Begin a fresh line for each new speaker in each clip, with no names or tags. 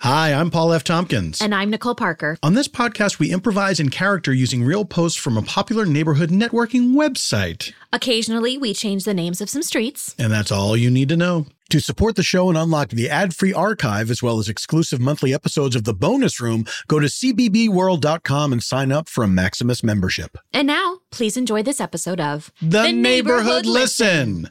Hi, I'm Paul F. Tompkins.
And I'm Nicole Parker.
on this podcast, we improvise in character using real posts from a popular neighborhood networking website.
Occasionally, we change the names of some streets.
And that's all you need to know. To support the show and unlock the ad free archive, as well as exclusive monthly episodes of The Bonus Room, go to CBBWorld.com and sign up for a Maximus membership.
And now, please enjoy this episode of
The, Neighborhood Listen.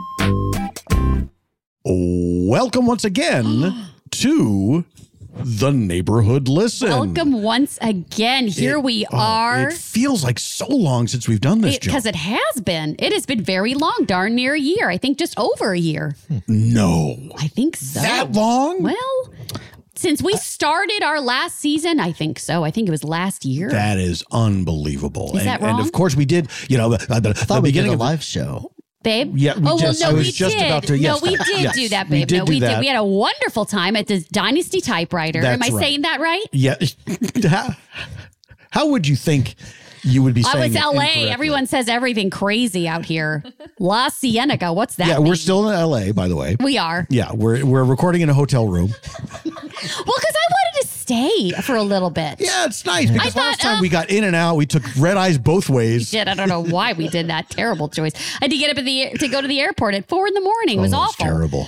Welcome once again to The Neighborhood Listen.
Welcome once again. Here
It-
we
oh,
are.
it feels like so long since we've done this, Joan.
Because it, has been. It has been very long, darn near a year. I think just over a year.
no.
I think so.
That long?
Well, since we started our last season, I think so. I think it was last year.
That is unbelievable.
Is
and,
that
and
wrong?
of course, we did, you know, the, the,
I
the
thought we did
beginning
a
of the-
live show.
babe.
Yeah, we
oh
just- I
well, no,
was
we
just
did.
about to- yes.
No, we did
Yes.
do that,
We
babe.
did
no,
do
we
that.
did. We had a wonderful time at the Dynasty Typewriter. Am I
That's right.
saying that right?
Yeah. how, how would you think you would be
I
saying
was
it
LA.
incorrectly?
Everyone says everything crazy out here. La Cienega. What's that?
Yeah,
mean?
we're still in LA, by the way.
we are.
Yeah, we're we're recording in a hotel room.
Well, because I wanted to stay for a little bit.
Yeah, it's nice because
thought,
last time
um,
we got in and out, we took red eyes both ways.
Shit, I don't know why we did that terrible choice. I had to get up at the to go to the airport at four in the morning. It was
Oh, it's
awful.
terrible.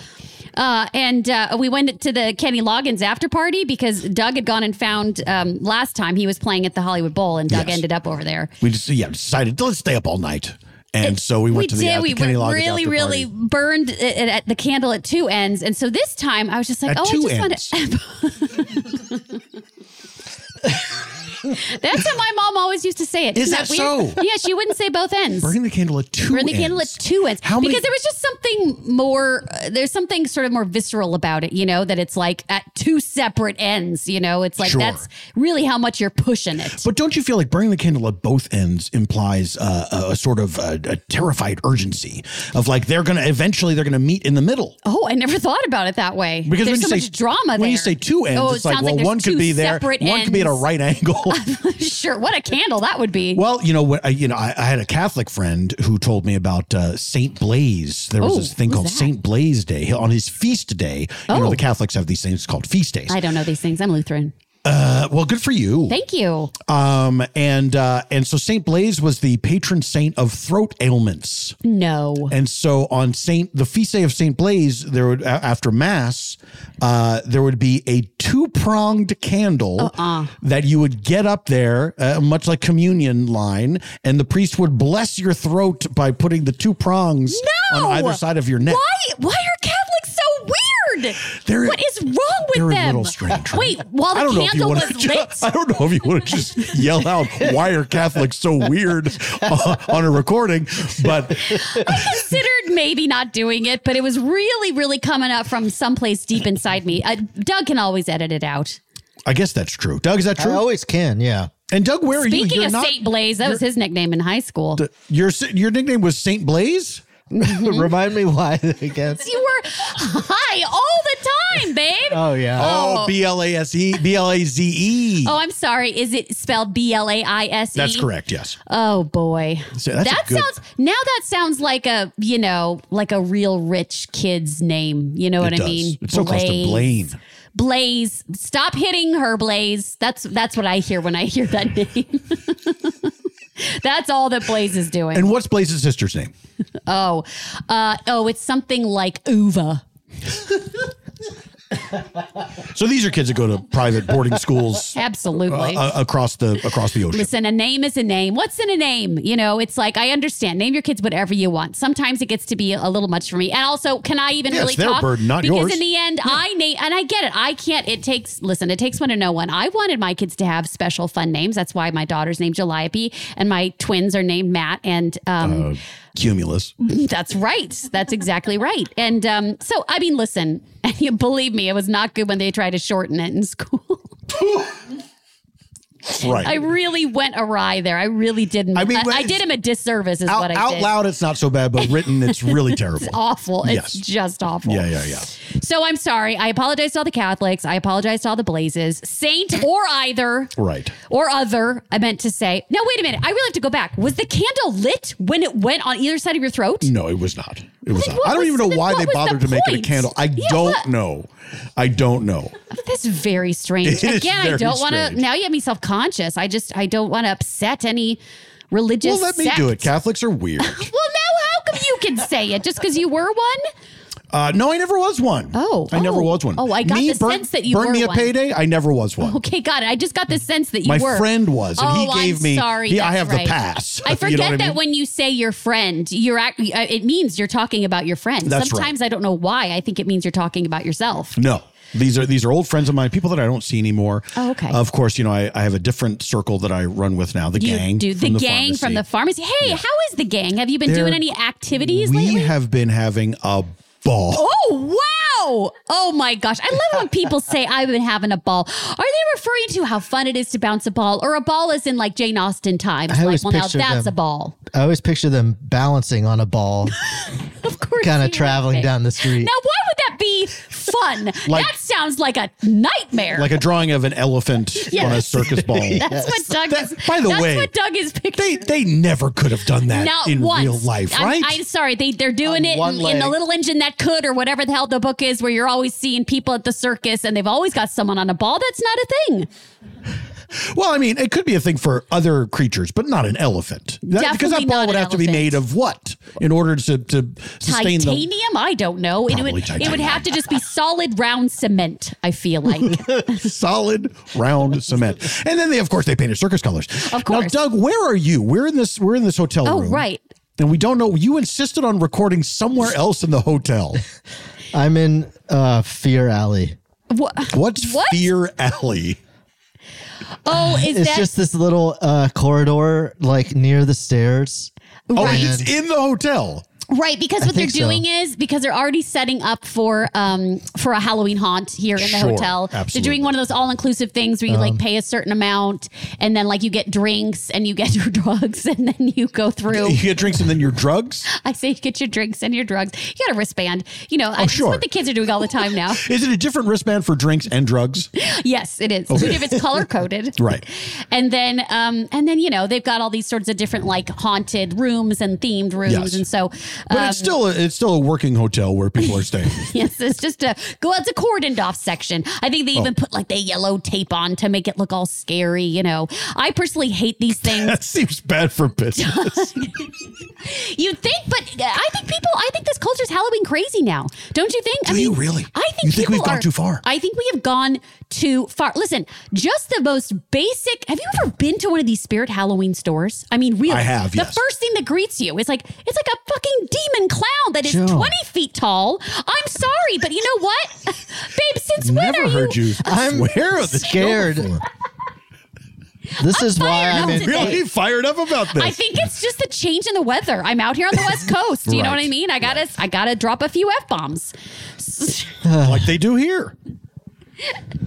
Uh, and uh, we went to the Kenny Loggins after party because Doug had gone and found um, last time he was playing at the Hollywood Bowl, and Doug
Yes.
ended up over there.
We just yeah decided let's stay up all night, and so we went to the, uh, the
we
Kenny
went
Loggins
really,
after
really
party.
burned it, it at the candle at two ends, and so this time I was just like,
At
"Oh,
two
I
ends.
just want to." That's how my mom always used to say it.
Is
Isn't
that
weird?
so?
Yeah, she wouldn't say both ends.
burning the candle at two.
Burn the candle at
ends.
two ends.
How many-
because there was just something more, uh, there's something sort of more visceral about it, you know, that it's like at two separate ends, you know, it's like
Sure.
that's really how much you're pushing it.
But don't you feel like burning the candle at both ends implies uh, a, a sort of uh a terrified urgency of like they're gonna eventually they're gonna meet in the middle
oh, I never thought about it that way.
because
there's
when
so
you
much
say
drama
when
there.
you say two ends,
Oh, it
it's like
sounds
well
there's
one could
two
be there, one
separate
could be at a
ends.
right angle.
sure, what a candle that would be.
Well, you know what? I, you know, I, I had a Catholic friend who told me about uh, Saint Blaise. There was
Oh,
this thing
who's
called
that?
Saint Blaise Day on his feast day. You know,
Oh.
the Catholics have these things called feast days.
I don't know these things. I'm Lutheran.
Uh, well, good for you.
Thank you.
Um, and uh, and so Saint Blaise was the patron saint of throat ailments.
No.
And so on Saint the feast day of Saint Blaise, there would a- after mass, uh, there would be a two pronged candle
Uh-uh.
that you would get up there, uh, much like communion line, and the priest would bless your throat by putting the two prongs
No!
on either side of your neck.
Why? Why are Catholics so weird?
They're-
what is wrong with
They're a
them?
little strange. right?
Wait, while
I
the
don't know if you
candle
want
was
to.
lit,
I don't know if you want to just yell out, "Why are Catholics so weird?" on a recording, but
considered maybe not doing it, but it was really, really coming up from someplace deep inside me. Uh, Doug can always edit it out.
I guess that's true. Doug, is that
I
true?
always can, yeah.
and Doug, where are you?
Speaking
You're
of
not-
Saint Blaze, that was his nickname in high school.
Your your nickname was Saint Blaze.
Remind me why again.
You were high all the time, babe.
Oh yeah.
Oh,
Oh.
B L A S E, B L A Z E.
Oh, I'm sorry. Is it spelled B L A I S E?
That's correct. Yes.
Oh boy.
So that's a
that
good-
sounds now that sounds like a, you know, like a real rich kid's name. You know
It
what I
does.
mean?
It's so close to Blaine.
Blaze. Stop hitting her, Blaze. That's that's what I hear when I hear that name. that's all that Blaze is doing.
And what's Blaze's sister's name?
oh. Uh oh, it's something like
Uh,
Uva.
So these are kids that go to private boarding schools
Absolutely.
uh, across the across the ocean.
Listen, a name is a name. What's in a name? You know, it's like I understand. Name your kids whatever you want. Sometimes it gets to be a little much for me. And also, can I even
Yeah,
really
it's their
talk?
burden, not
because
yours.
in the end, I name and I get it. I can't. It takes. Listen, it takes one to know one. I wanted my kids to have special fun names. That's why my daughter's named Calliope, and my twins are named Matt and um,
Oh. Cumulus.
that's right. That's exactly right. And um, so, I mean, listen, and you believe me, it was not good when they tried to shorten it in school.
Right.
I really went awry there. I really didn't.
I
I
mean,
mean,
when
I,
it's-
did him a disservice, is
out,
what I
out
did.
loud, it's not so bad, but written, it's really terrible.
Awful.
Yes.
It's just awful.
Yeah, yeah, yeah.
So I'm sorry. I apologize to all the Catholics. I apologize to all the Blazes, Saint or either.
Right.
Or other, I meant to say. Now, wait a minute. I really have to go back. Was the candle lit when it went on either side of your throat?
No, it was not. It was
Then
not.
what
I don't
was-
even know
then
why
what
they
was the
bothered to make it a
point?
candle. I
Yeah,
don't
what-
know. I don't know.
Oh, That's very strange.
It is
Again, I
very
don't want to.
strange.
Now you have me self conscious. I just, I don't want to upset any religious.
well, let me do it.
sect.
Catholics are weird.
Well, now how come you can say it just because you were one?
Uh, no, I never was one.
Oh,
I never
oh.
was one.
Oh, I got
me,
the
burn,
sense that you
burn
were
me
one.
a payday. I never was one.
Okay, got it. I just got the sense that you
My
were.
friend was, and he
Oh,
gave
I'm
me-
Sorry,
he- I
that's
have the
right.
pass.
I
You know
forget
what I mean?
that when you say your friend, you're act, uh, it means you're talking about your friend.
That's right.
Sometimes I don't know why. I think it means you're talking about yourself.
No. These are these are old friends of mine, people that I don't see anymore.
Oh, okay.
Of course, you know I, I have a different circle that I run with now. The
You
gang,
do the,
from
gang from
pharmacy.
the pharmacy. Hey, how is the gang? Have you been
They're-
doing any activities
we
lately?
have been having a ball.
Oh wow! Oh my gosh! I love when people say I've been having a ball. Are they referring to how fun it is to bounce a ball, or a ball is in like Jane Austen times?
I
like,
always
well, now
picture
that's
them-
a ball.
I always picture them balancing on a ball,
Of course,
kind
you
of
would
traveling
think.
down the street.
Now, why would that be fun?
Like-
that sounds like a nightmare.
like a drawing of an elephant
Yes.
on a circus ball.
that's what Doug.
That-
is,
by the
that's
way,
what Doug is picturing.
They they never could have done that
Not
in
once.
real life,
I'm-
right?
I'm, sorry. They, they're doing
On
it
one
in, in the
leg.
little engine that could, or whatever the hell the book is, where you're always seeing people at the circus and they've always got someone on a ball. That's not a thing.
well, I mean, it could be a thing for other creatures, but not an elephant. That- because
Definitely
that ball
not
would
an
have to be
elephant.
made of what in order to, to sustain
titanium?
the
I don't know. It
Probably
would, it would
titanium.
have to just be solid round cement, I feel like.
solid round cement. And then they, of course, they painted circus colors.
Of
Now,
course.
Doug, where are you? We're in this. We're in this hotel
Oh,
room.
right.
And we don't know. You insisted on recording somewhere else in the hotel.
I'm in uh, Fear Alley.
What?
What's
What?
Fear Alley?
Oh, is
It's
that
just this little uh, corridor, like near the stairs.
Oh,
Right.
it's in the hotel.
Right, because what they're
think so.
doing is because they're already setting up for um for a Halloween haunt here in the
Sure,
hotel. They're
absolutely. Um,
doing one of those all inclusive things where you like pay a certain amount and then like you get drinks and you get your drugs and then you go through.
You get drinks and then your drugs.
I say you get your drinks and your drugs. You got a wristband. You know, I,
Oh, sure.
it's what the kids are doing all the time now.
Is it a different wristband for drinks and drugs?
yes, it is. Even if it's color coded.
Right.
And then um and then you know, they've got all these sorts of different like haunted rooms and themed rooms
Yes.
and so
But it's
Um,
still a, it's still a working hotel where people are staying.
yes, it's just a well, it's a cordoned off section. I think
Oh.
they even put like the yellow tape on to make it look all scary. You know, I personally hate these things.
that seems bad for business.
you think, but I think people, I think this culture's Halloween crazy now. Don't you think?
Do you really?
I think
You think
people
we've gone
are-
too far?
I think we have gone too far. Listen, just the most basic. Have you ever been to one of these spirit Halloween stores? I mean, really?
I have,
The
yes.
first thing that greets you is like it's like a fucking demon clown that is
Joan.
twenty feet tall. I'm sorry, but you know what, babe? Since when
Never
are
heard you.
I'm
swear at the show
scared.
before.
This is why
fired
I'm
up
in.
today.
Really fired up about this.
I think it's just the change in the weather. I'm out here on the West Coast. You know what
Right.
I mean? I gotta I gotta drop a few f bombs.
like they do here.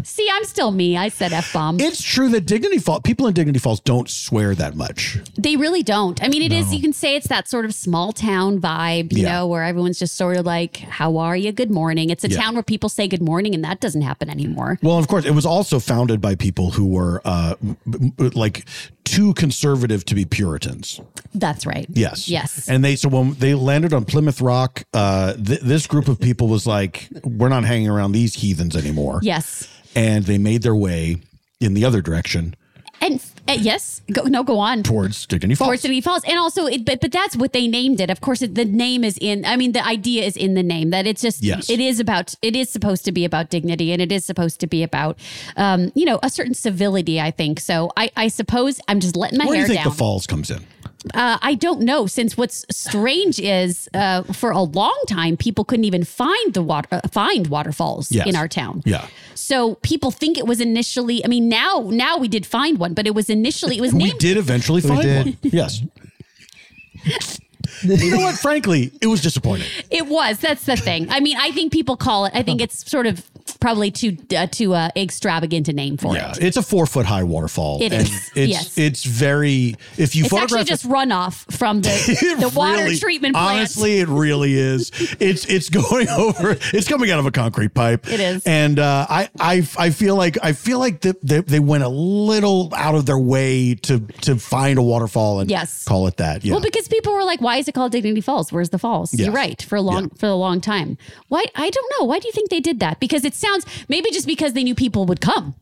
See, I'm still me. I said f bomb.
It's true that Dignity Falls, people in Dignity Falls don't swear that much.
They really don't. I mean, it is. You can say it's that sort of small town vibe, you
Yeah.
know, where everyone's just sort of like, "How are you? Good morning." It's a
Yeah.
town where people say good morning, and that doesn't happen anymore.
Well, of course, it was also founded by people who were uh, m- m- like too conservative to be Puritans.
That's right.
Yes.
Yes.
And they so when they landed on Plymouth Rock, uh, th- this group of people was like, "We're not hanging around these heathens anymore."
yes.
And they made their way in the other direction
And uh, yes. Go, no, go on.
towards Dignity Falls.
Fort City Falls, and also, it, but but that's what they named it. Of course, it, the name is in. I mean, the idea is in the name that it's just.
Yes.
It is about. It is supposed to be about dignity, and it is supposed to be about, um, you know, a certain civility. I think so. I I suppose I'm just letting my
Where do
hair
you think
down.
the falls comes in?
Uh, I don't know. Since what's strange is, uh, for a long time, people couldn't even find the water uh, find waterfalls
Yes.
in our town.
Yeah.
So people think it was initially. I mean, now now we did find one, but it was initially it was
We
named
did eventually find
did.
one. Yes. you know what? Frankly, it was disappointing.
It was. That's the thing. I mean, I think people call it. I think it's sort of probably too uh, too uh, extravagant a name for
Yeah,
it.
it's a four foot high waterfall.
It
and
is,
It's,
yes.
it's very. If you
It's actually
photograph,
just runoff from the
it
the water
really-
treatment plant.
Honestly, it really is. It's it's going over. It's coming out of a concrete pipe.
It is.
And uh, I I I feel like I feel like that they, they went a little out of their way to to find a waterfall and
Yes.
call it that. Yeah.
Well, because people were like, "Why is it called Dignity Falls? Where's the falls?"
Yes.
You're right for a long
Yeah.
for a long time. Why? I don't know. Why do you think they did that? Because it sounds maybe just because they knew people would come.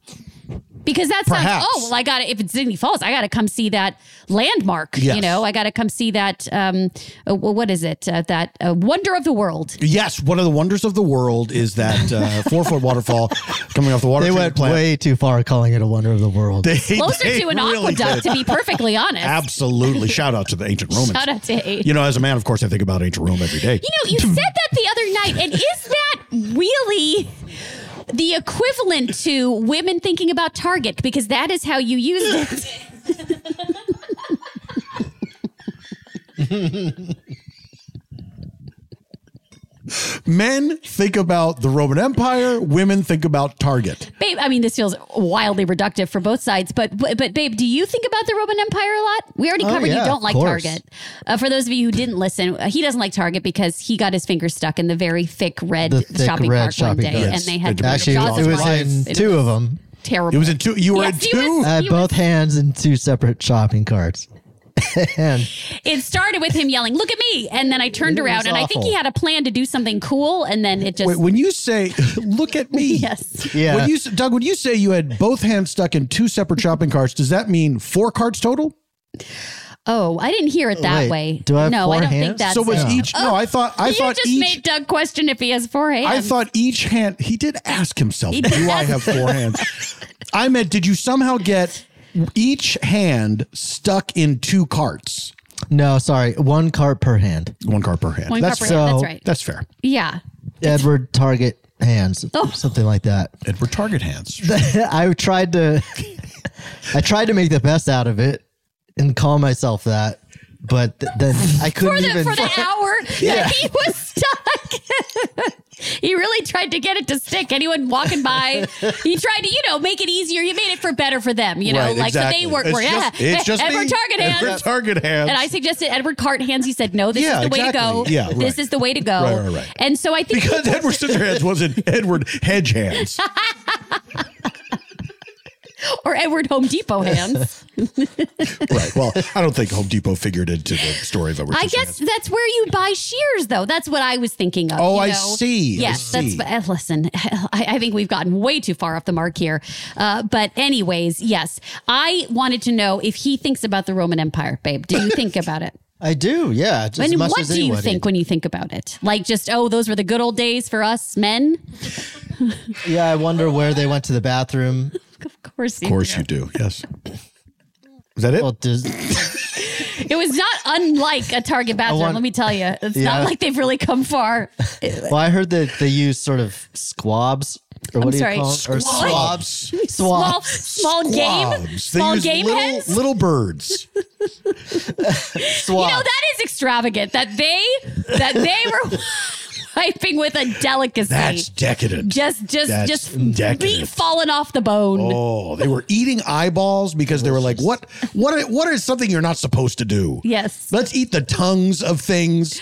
Because that sounds.
Perhaps.
Oh well, I got to If it's Dignity Falls, I got to come see that landmark.
Yes.
You know, I got to come see that. Um, uh, wh- what is it? Uh, that uh, wonder of the world.
yes, one of the wonders of the world is that uh, four foot waterfall coming off the water
They
treatment
went
plant.
way too far calling it a wonder of the world.
They-
Closer
they
to an
really
aqueduct,
did.
to be perfectly honest.
Absolutely. Shout out to the ancient Romans.
Shout out to Abe.
You know, as a man, of course, I think about ancient Rome every day.
You know, you said that the other night, and is that really the equivalent to women thinking about Target? Because that is how you used it.
Men think about the Roman Empire, women think about Target.
babe, I mean, this feels wildly reductive for both sides, but, but, but babe, do you think about the Roman Empire a lot? We already
Oh,
covered
yeah,
you
of
don't like
course.
Target. Uh, for those of you who didn't listen, uh, he doesn't like Target because he got his finger stuck in the very thick red
The thick
shopping
red
cart
shopping
one day,
cart.
and they had
Actually,
jaws
it
of
was
life.
in
It
two
was
of them.
Terrible.
It was in two. You were
Yes,
in
he was-
two.
I had
He was-
both hands in two separate shopping carts. and
it started with him yelling, "Look at me!" And then I turned
It was
around, and I think
awful.
he had a plan to do something cool, and then it just
Wait, when you say, "Look at me,"
Yes.
Yeah.
When you, s- Doug, when you say you had both hands stuck in two separate shopping carts, does that mean four carts total?
oh, I didn't hear it that
Wait,
way.
do I have
no,
four
I don't think
hands?
that's
so was
it.
each? No, I thought. I
you
thought
just
each.
made Doug question if he has four hands.
I thought each hand. He did ask himself,
He
"Do
did.
I have four hands?" I meant, did you somehow get each hand stuck in two carts?
no, sorry, one cart per hand.
One cart per hand.
One
that's
cart per
fair.
hand, that's
so-
right.
That's fair.
yeah.
Edward Target hands,
Oh.
something like that.
Edward Target hands.
I tried to, I tried to make the best out of it and call myself that, but th- then I
For
couldn't
the,
even.
for the hour that he was stuck, he really tried to get it to stick. Anyone walking by, he tried to, you know, make it easier. You made it for better for them, you know,
Right,
like
exactly.
so they weren't.
It's
were- yeah,
just- it's just
Edward
me.
Target hands.
Edward Target hands.
And I suggested Edward Cart hands. He said, "No, this
Yeah,
is the way to
exactly.
go.
Yeah,
This
right.
is the way to go."
Right, right, right.
And so I think
because Edward Scissorhands wasn't Edward Hedge Hands.
or Edward Home Depot hands.
right. Well, I don't think Home Depot figured into the story of Edward.
I
Scissorhands.
guess that's where you buy shears, though. That's what I was thinking of.
Oh,
you
I
know?
see. I
Yes,
see.
that's. eh, Listen, I, I think we've gotten way too far off the mark here. Uh, but anyways, yes, I wanted to know if he thinks about the Roman Empire, babe. Do you think about it?
I do, yeah. Just
And
as much
what
as
do you
anybody.
think when you think about it? Like, just oh, those were the good old days for us men.
Yeah, I wonder where they went to the bathroom.
Of course,
Of course you do. Yes. Is that it?
Well, does,
It was not unlike a Target bathroom,
want-
let me tell you. It's
Yeah.
not like they've really come far.
well, I heard that they use sort of squabs or what do
sorry,
you call them? Or
Swabs.
swabs.
Small,
Swabs.
small game,
Swabs. They
small
use
game
little,
heads.
little birds.
You know that is extravagant. That they, that they were. striping with a delicacy.
That's decadent.
just, just,
That's
just
decadent.
meat falling off the bone.
Oh, they were eating eyeballs because they were like, "What? What? i- What is something you're not supposed to do?"
Yes.
Let's eat the tongues of things.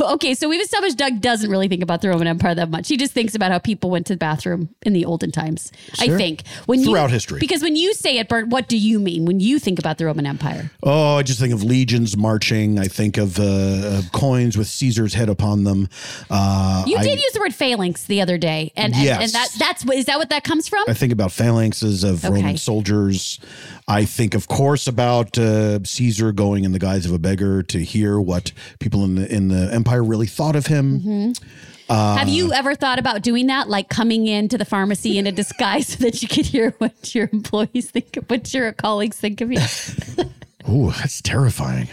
Okay, so we've established Doug doesn't really think about the Roman Empire that much. He just thinks about how people went to the bathroom in the olden times. I think when
Throughout
you,
history.
because when you say it, Bert, what do you mean when you think about the Roman Empire?
Oh, I just think of legions marching. I think of, uh, of coins with Caesar's head upon them. Uh,
You
I,
did use the word phalanx the other day, and and,
Yes.
and that that's what is that what that comes from?
I think about phalanxes of
Okay.
Roman soldiers. I think, of course, about uh, Caesar going in the guise of a beggar to hear what people in the in the empire really thought of
Mm-hmm.
him. Uh,
Have you ever thought about doing that, like coming into the pharmacy in a disguise so that you could hear what your employees think, of, what your colleagues think of you?
Oh, that's terrifying.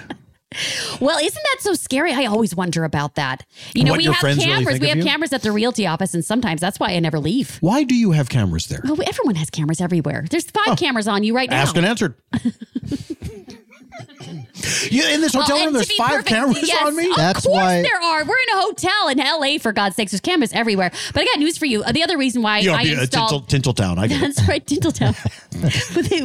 Well, isn't that so scary? I always wonder about that. You know,
What
we
your
have
friends really
cameras.
think
we
of
have
you?
cameras at the realty office, and sometimes that's why I never leave.
Why do you have cameras there?
Well, everyone has cameras everywhere. There's five cameras on you right now.
Ask and answered. you in this hotel
Oh,
room?
and to
There's
be
five
perfect-
cameras
yes,
on me.
Of
That's
course
why-
there are. We're in a hotel in LA for God's sakes. There's cameras everywhere. But I got news for you. Uh, The other reason why
You know,
I
be- uh,
installed
Tintel- Tinseltown. I get it.
That's right, Tinseltown. but they,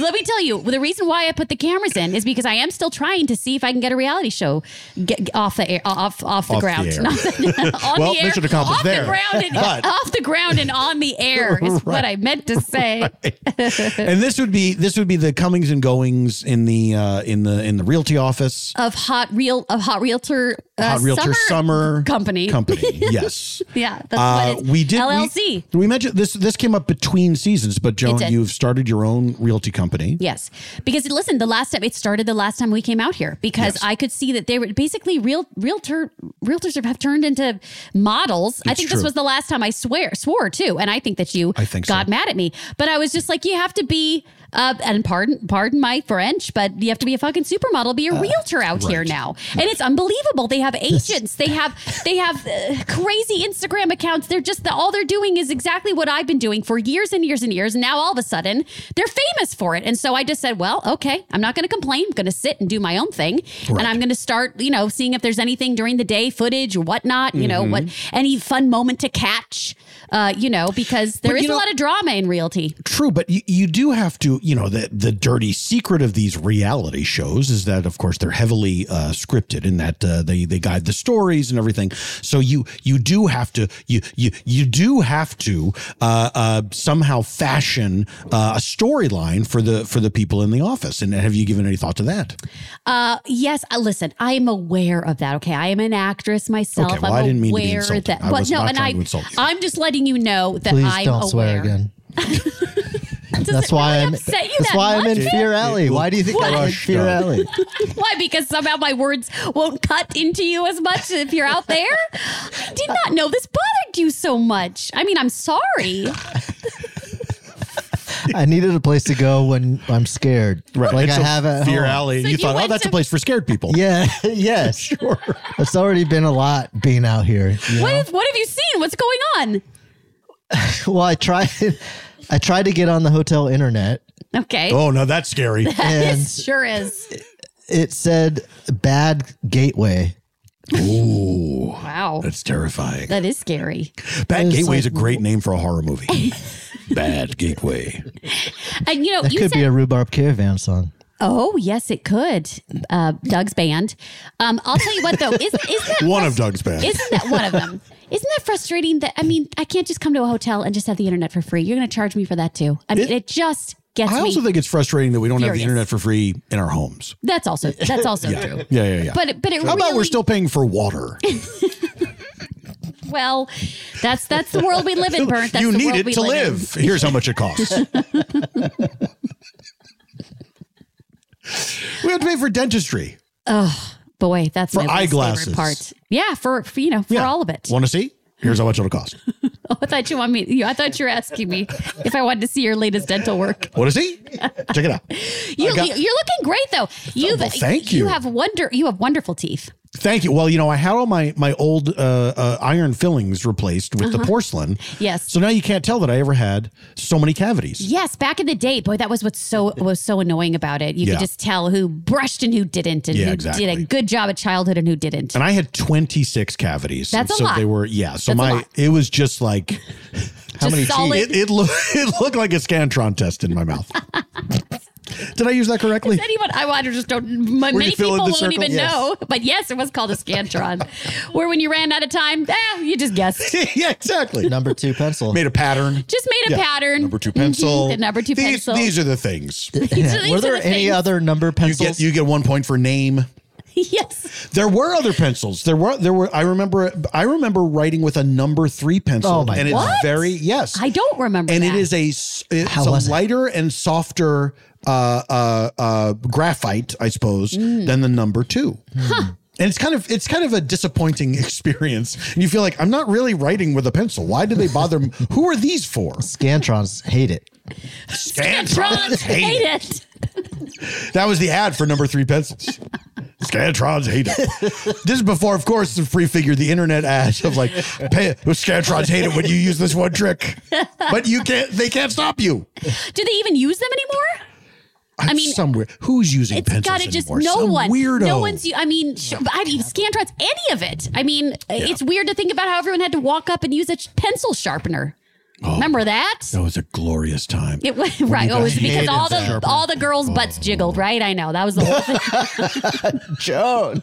let me tell you, the reason why I put the cameras in is because I am still trying to see if I can get a reality show get, off the air, off off the
Off the
ground,
air.
Not the- on
Well,
the air,
mission accomplished
off
there.
the ground, and,
But-
off the ground and on the air is what
Right.
I meant to say.
and this would be this would be the comings and goings in the uh, in the in the realty office.
Of hot real of hot realtor uh,
Hot Realtor Summer,
company
Company, yes.
Yeah, that's
Uh,
what it's,
we did we-
LLC.
We, mentioned this. This came up between seasons, but Joan,
did.
you've started your own realty company.
Yes, because listen, the last time it started, the last time we came out here, because I could see that they were basically real realtor realtors have turned into models. I
It's
think
true.
this was the last time I swear swore too, and I think that you
I think so.
got mad at me, but I was just like, you have to be. Uh, and pardon, pardon my French, but you have to be a fucking supermodel, be a
Uh,
realtor out here now, and it's unbelievable. They have agents, they have they have uh, crazy Instagram accounts. They're just the, all they're doing is exactly what I've been doing for years and years and years. And now all of a sudden they're famous for it, and so I just said, well, okay, I'm not going to complain. I'm going to sit and do my own thing, and I'm going to start, you know, seeing if there's anything during the day, footage or whatnot, you know, what
Mm-hmm.
any fun moment to catch, uh, you know, because there
But
is
you
a
know-
lot of drama in realty.
True, but you, you do have to, you know, the the dirty secret of these reality shows is that, of course, they're heavily uh, scripted and that uh, they they guide the stories and everything. So you you do have to you you you do have to uh, uh, somehow fashion uh, a storyline for the for the people in the office. And have you given any thought to that?
Uh, yes. Uh, listen, I am aware of that. Okay, I am an actress myself.
Okay, well,
I'm
I didn't mean to
aware
be insulting.
of that.
I
But
was
no,
not
and
trying
I,
to insult you.
I'm just letting you know that
Please
I'm
don't
aware.
swear again.
Does
That's
it
why
really
I'm.
upset you
That's
that
why I'm
much?
in Fear Alley. Why do you think I'm in
Gosh,
Fear
darn.
Alley?
Why? Because somehow my words won't cut into you as much if you're out there. I did not know this bothered you so much. I mean, I'm sorry.
I needed a place to go when I'm scared. Like I
So
have at
Fear
home.
Alley.
So
you,
you
thought, oh,
went
that's
to-
a place for scared people.
Yeah. yes. Sure. It's already been a lot being out here. you
What
know?
have What have you seen? What's going on?
Well, I tried. I tried to get on the hotel internet,
Okay,
Oh no, that's scary.
and
this sure is.
it said bad gateway.
Ooh,
Wow,
that's terrifying.
that is scary.
Bad
It's
Gateway
like-
is a great name for a horror movie. Bad Gateway.
And you know,
That
you
could
said
be a rhubarb caravan song.
Oh yes, it could. Uh, Doug's band. Um, I'll tell you what though, is, isn't that
One of Doug's bands.
Isn't that one of them? Isn't that frustrating? That I mean, I can't just come to a hotel and just have the internet for free. You're going to charge me for that too. I mean, it, just gets
I
me.
also think it's frustrating that we don't have
Furious.
the internet for free in our homes.
that's also that's also true.
Yeah, yeah, yeah.
But it- but it
how about
really-
we're still paying for water?
Well, that's that's the world we live in, Bert. That's
you
the
need
world
it
we
to
live. in.
live. Here's how much it costs. we have to pay for dentistry.
Boy, that's
For
my least
eyeglasses.
favorite part. Yeah, for, for you know for all of it.
Want to see? Here's how much it'll cost.
Oh, I thought you want me. you- I thought you were asking me if I wanted to see your latest dental work.
Want to see? Check it out.
You,
got- Oh,
you- you're looking great though. You've
well, thank you.
You have wonder. You have wonderful teeth.
Thank you. Well, you know, I had all my my old uh, uh, iron fillings replaced with the porcelain.
Uh-huh. Yes.
So now you can't tell that I ever had so many cavities.
Yes, back in the day, boy, that was what's so was so annoying about it. You
Yeah.
could just tell who brushed and who didn't, and
Yeah,
who
exactly.
did a good job at childhood and who didn't.
And I had 26 cavities. And
That's a
so
lot.
they were yeah. So
That's a
my
lot.
it was just like how
Just
many
solid-
it it, look, it looked like a scantron test in my mouth. Did I use that correctly?
Does anyone? I, I just don't. My,
Were
many
you filling
people
the
won't
circle?
even
Yes.
know. But yes, it was called a scantron, where when you ran out of time, ah, you just guessed.
yeah, exactly.
Number two pencil.
Made a pattern.
Just made a
Yeah.
pattern.
Number two
Mhm,
pencil.
the number two
these,
pencil.
These are the things.
These are
Were there
the
any
things.
other number
You
pencils?
get you get one point for name.
Yes.
There were other pencils. There were there were. I remember I remember writing with a number three pencil,
Oh my
and
What?
it's very yes.
I don't remember.
and it
that.
is a s- it's
How
a
was it?
lighter and softer uh, uh, uh, graphite, I suppose, than the number two. And it's kind of it's kind of a disappointing experience. And you feel like I'm not really writing with a pencil. Why do they bother? me? Who are these for?
Scantrons hate it.
Scantrons hate
it.
it.
That was the ad for number three pencils. Scantrons hate it. This is before, of course, the prefigured the internet ad of like, pay, Scantrons hate it when you use this one trick, but you can't. They can't stop you.
Do they even use them anymore?
I
mean,
somewhere who's using
It's
pencils
got to just
anymore?
no
Some
one.
weirdo.
No one's. u- I mean, sh- I mean, Scantrons. Any of it. I mean, it's weird to think about how everyone had to walk up and use a sh- pencil sharpener.
Oh.
Remember that?
That was a glorious time.
It was right. Oh, it was because
hated Oh.
all the
that.
all the girls' butts jiggled. Right. I know that was the whole thing.
Joan.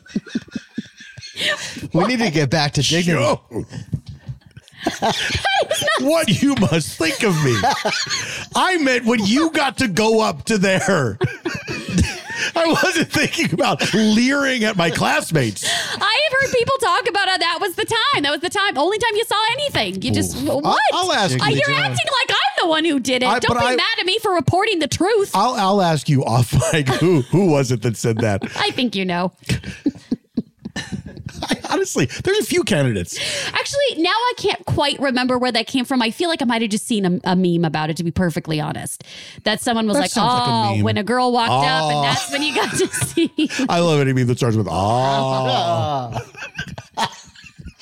we need to get back to dignity.
Joan. what you must think of me. I meant when you got to go up to there. I wasn't thinking about leering at my classmates.
I have heard people talk about how that was the time. That was the time. Only time you saw anything. You just what?
I'll ask
Uh,
you,
You're
Jenna.
acting like I'm the one who did it.
I-
Don't
but
be
I-
mad at me for reporting the truth.
I'll I'll ask you off mic who who was it that said that.
I think you know.
I, honestly, there's a few candidates.
Actually, now I can't quite remember where that came from. I feel like I might have just seen a, a meme about it, to be perfectly honest. That someone was
That
like,
sounds like a
oh,
meme.
when a girl walked up,
Oh.
and that's when you got to see.
I love any meme that starts with ah.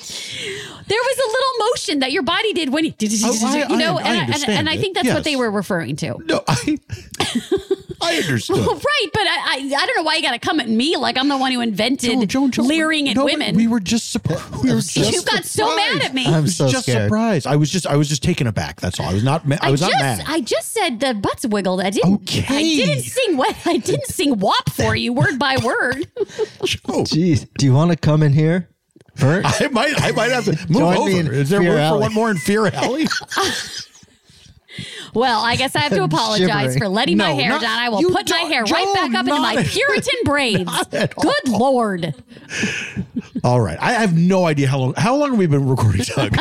there was a little motion that your body did when you,
Oh, I-
you know,
I- I
and, and,
understand
and I
it.
think that's what
Yes.
they were referring to.
No, I I understood.
Well, right, but I, I I don't know why you got to come at me like I'm the one who invented
Oh,
leering at
no, but
women.
We were just surprised. We were
you
just
got so mad at me.
I'm
was
so
just
scared.
surprised. I was just I was just taken aback. That's all. I was not ma- I was
just
not mad.
I just said the butts wiggled. I didn't. I
Okay.
didn't sing what I didn't sing WAP for you word by word.
oh,
Jeez, do you want to come in here, Bert?
I might I might have to move
Join me in
over. Is there
Fear
room for
Alley.
one more in Fear Alley?
Well, I guess I have to apologize
shivering.
for letting my
No,
hair
not-
down. I will
you
put my
don't-
hair right back
Joan,
up into my
not-
Puritan braids.
Not at
Good lord.
all right. I have no idea how long how long have we been recording, Doug?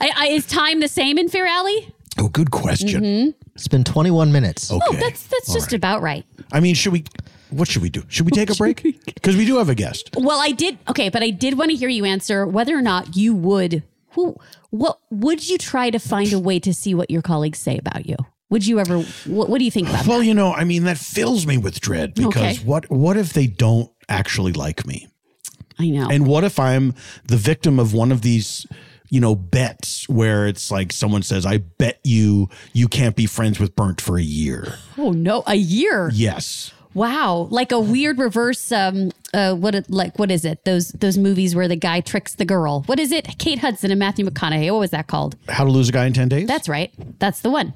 I, I, is time the same in Fear Alley?
oh, good question.
It's been 21 minutes.
Okay.
Mm-hmm. Oh, that's that's
All
just
right.
about right.
I mean, should we what should we do? Should we take a break? Because we do have a guest.
Well, I did okay, but I did want to hear you answer whether or not you would who what would you try to find a way to see what your colleagues say about you? Would you ever what, what do you think about that?
Well, you know, I mean, that fills me with dread because
Okay.
what what if they don't actually like me?
I know.
And what if I'm the victim of one of these, you know, bets where it's like someone says, I bet you you can't be friends with Burnt for a year.
oh no, a year.
Yes.
Wow, like a weird reverse. Um, uh, what it- like what is it? Those those movies where the guy tricks the girl. What is it? Kate Hudson and Matthew McConaughey. What was that called?
How to lose a guy in 10 days?
That's right. That's the one.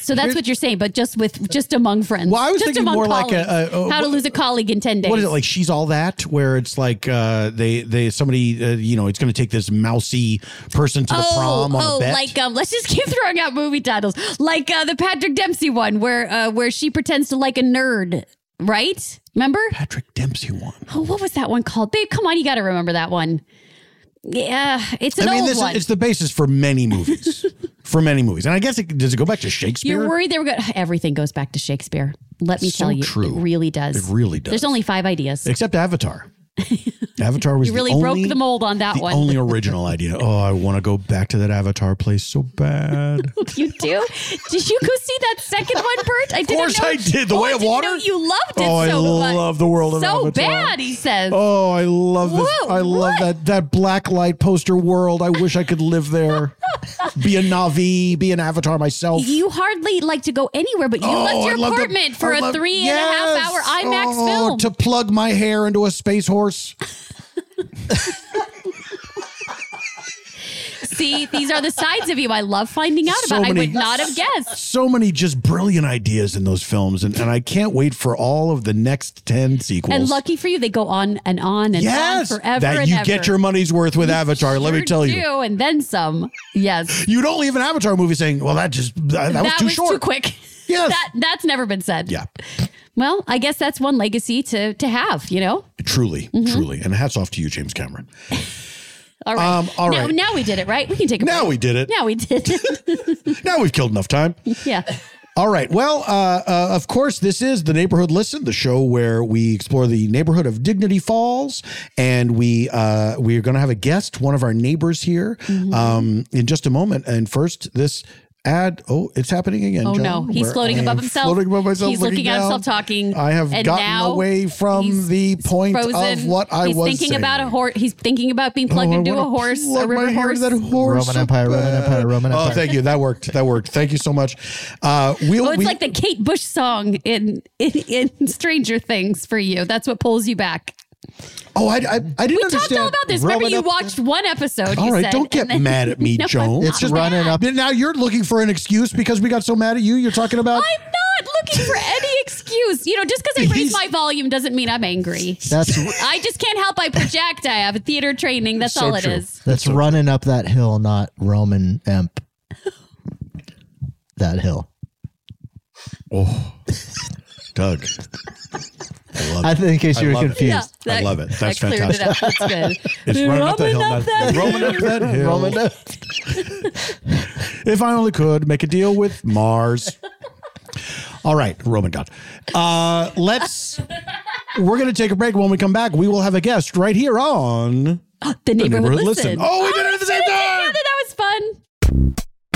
So that's what you're saying, but just with just among friends.
Well, I was
just
thinking
among
more like a-
colleagues.
a- a-
how to lose a colleague in ten days.
what is it like? She's all that, where it's like uh, they they somebody uh, you know it's going to take this mousy person to the prom on
oh,
a bet.
like um, let's just keep throwing out movie titles, like uh, the Patrick Dempsey one, where uh, where she pretends to like a nerd, right? Remember?
Patrick Dempsey won.
Oh, what was that one called, babe? Come on, you got to remember that one. Yeah, it's an
I mean,
old
this
one.
is, it's the basis for many movies, for many movies, and I guess it, does it go back to Shakespeare?
You're worried they were going. Everything goes back to Shakespeare. Let me
So
tell you,
true.
it really does.
It really does.
There's only five ideas.
Except Avatar. Avatar was
You
the
really
only-
broke the mold on that
the
one.
only original idea. Oh, I want to go back to that Avatar place so bad.
you do? Did you go see that second one, Bert? I
Of course
know-
I did. The
Oh,
Way
I
of
didn't
Water?
know you loved it
Oh, I
so much.
love the world of
so
Avatar.
bad. He says.
Oh, I love this.
Whoa,
I love
what?
that that black light poster world. I wish I could live there. be a Navi, be an Avatar myself.
You hardly like to go anywhere, but you
Oh,
left
I
your
love the-
apartment for
I
a
love-
three and a half
Yes.
hour IMAX
Oh,
film.
to plug my hair into a space horse.
See, these are the sides of you I love finding out
So
about. I
many-
would not have guessed.
So many just brilliant ideas in those films, and, and I can't wait for all of the next ten sequels.
And lucky for you, they go on and on and
yes,
on forever.
that
and
you
ever.
get your money's worth with Avatar. let me
Sure
tell you,
do, and then some. Yes,
you don't leave an Avatar movie saying, "Well, that just that, that was too short."
quick.
Yes.
that that's never been said.
Yeah,
Well, I guess that's one legacy to to have. You know.
truly,
Mm-hmm.
truly, and hats off to you, James Cameron.
All right.
Um, all
now,
right.
now we did it, right? We can take a
Now
break.
we did it.
Now we did it.
Now we've killed enough time.
yeah.
All right. Well, uh, uh, of course, this is the Neighborhood Listen, the show where we explore the neighborhood of Dignity Falls, and we uh, we are going to have a guest, one of our neighbors here,
Mm-hmm.
um, in just a moment. And first, this ad. Oh, it's happening again.
Oh
John,
no, he's
where
floating
I
above
am
himself.
Floating above myself.
He's looking at
down.
himself, talking.
I have
and
gotten
now
away from
he's
the point of
frozen.
what I
he's
was
thinking
saying.
about a horse. He's thinking about being plugged
Oh, I
into a
wanna
horse, a
plug my
river
hair
horse.
into that horse
Roman
so
Empire, Roman
bad.
Empire, Roman
Oh,
Empire.
thank you. That worked. That worked. Thank you so much. Uh, we'll,
Oh, it's
we-
like the Kate Bush song in, in in Stranger Things for you. That's what pulls you back.
Oh, I, I, I didn't
We
understand.
talked all about this. Remember,
Roman
you
Empire-
watched one episode.
All
you
right,
said,
don't get
and then-
mad at me,
No, I'm
Joan.
not
It's running
mad.
up.
Then Now you're looking for an excuse because we got so mad at you. You're talking about.
I'm not looking for any excuse. You know, just because I raise
He's-
my volume doesn't mean I'm angry.
That's
I just can't help. I project. I have a theater training. That's
So
all it is.
true.
that's running up that hill, not Roman Emp. That hill.
oh, Doug. I love
I
it.
think in case you were
love it.
confused.
I love it. That's
that cleared
fantastic.
It up. That's good.
It's running up that hill.
Roman up
not-
that
Roman up that hill.
Roman Emp.
If I only could make a deal with Mars. All right, Roman God. Uh, let's. We're going to take a break. When we come back, we will have a guest right here on.
The neighborhood,
Neighborhood
listen.
Listen. Oh, we did it at the
let's
same
do
time!
together. That was fun.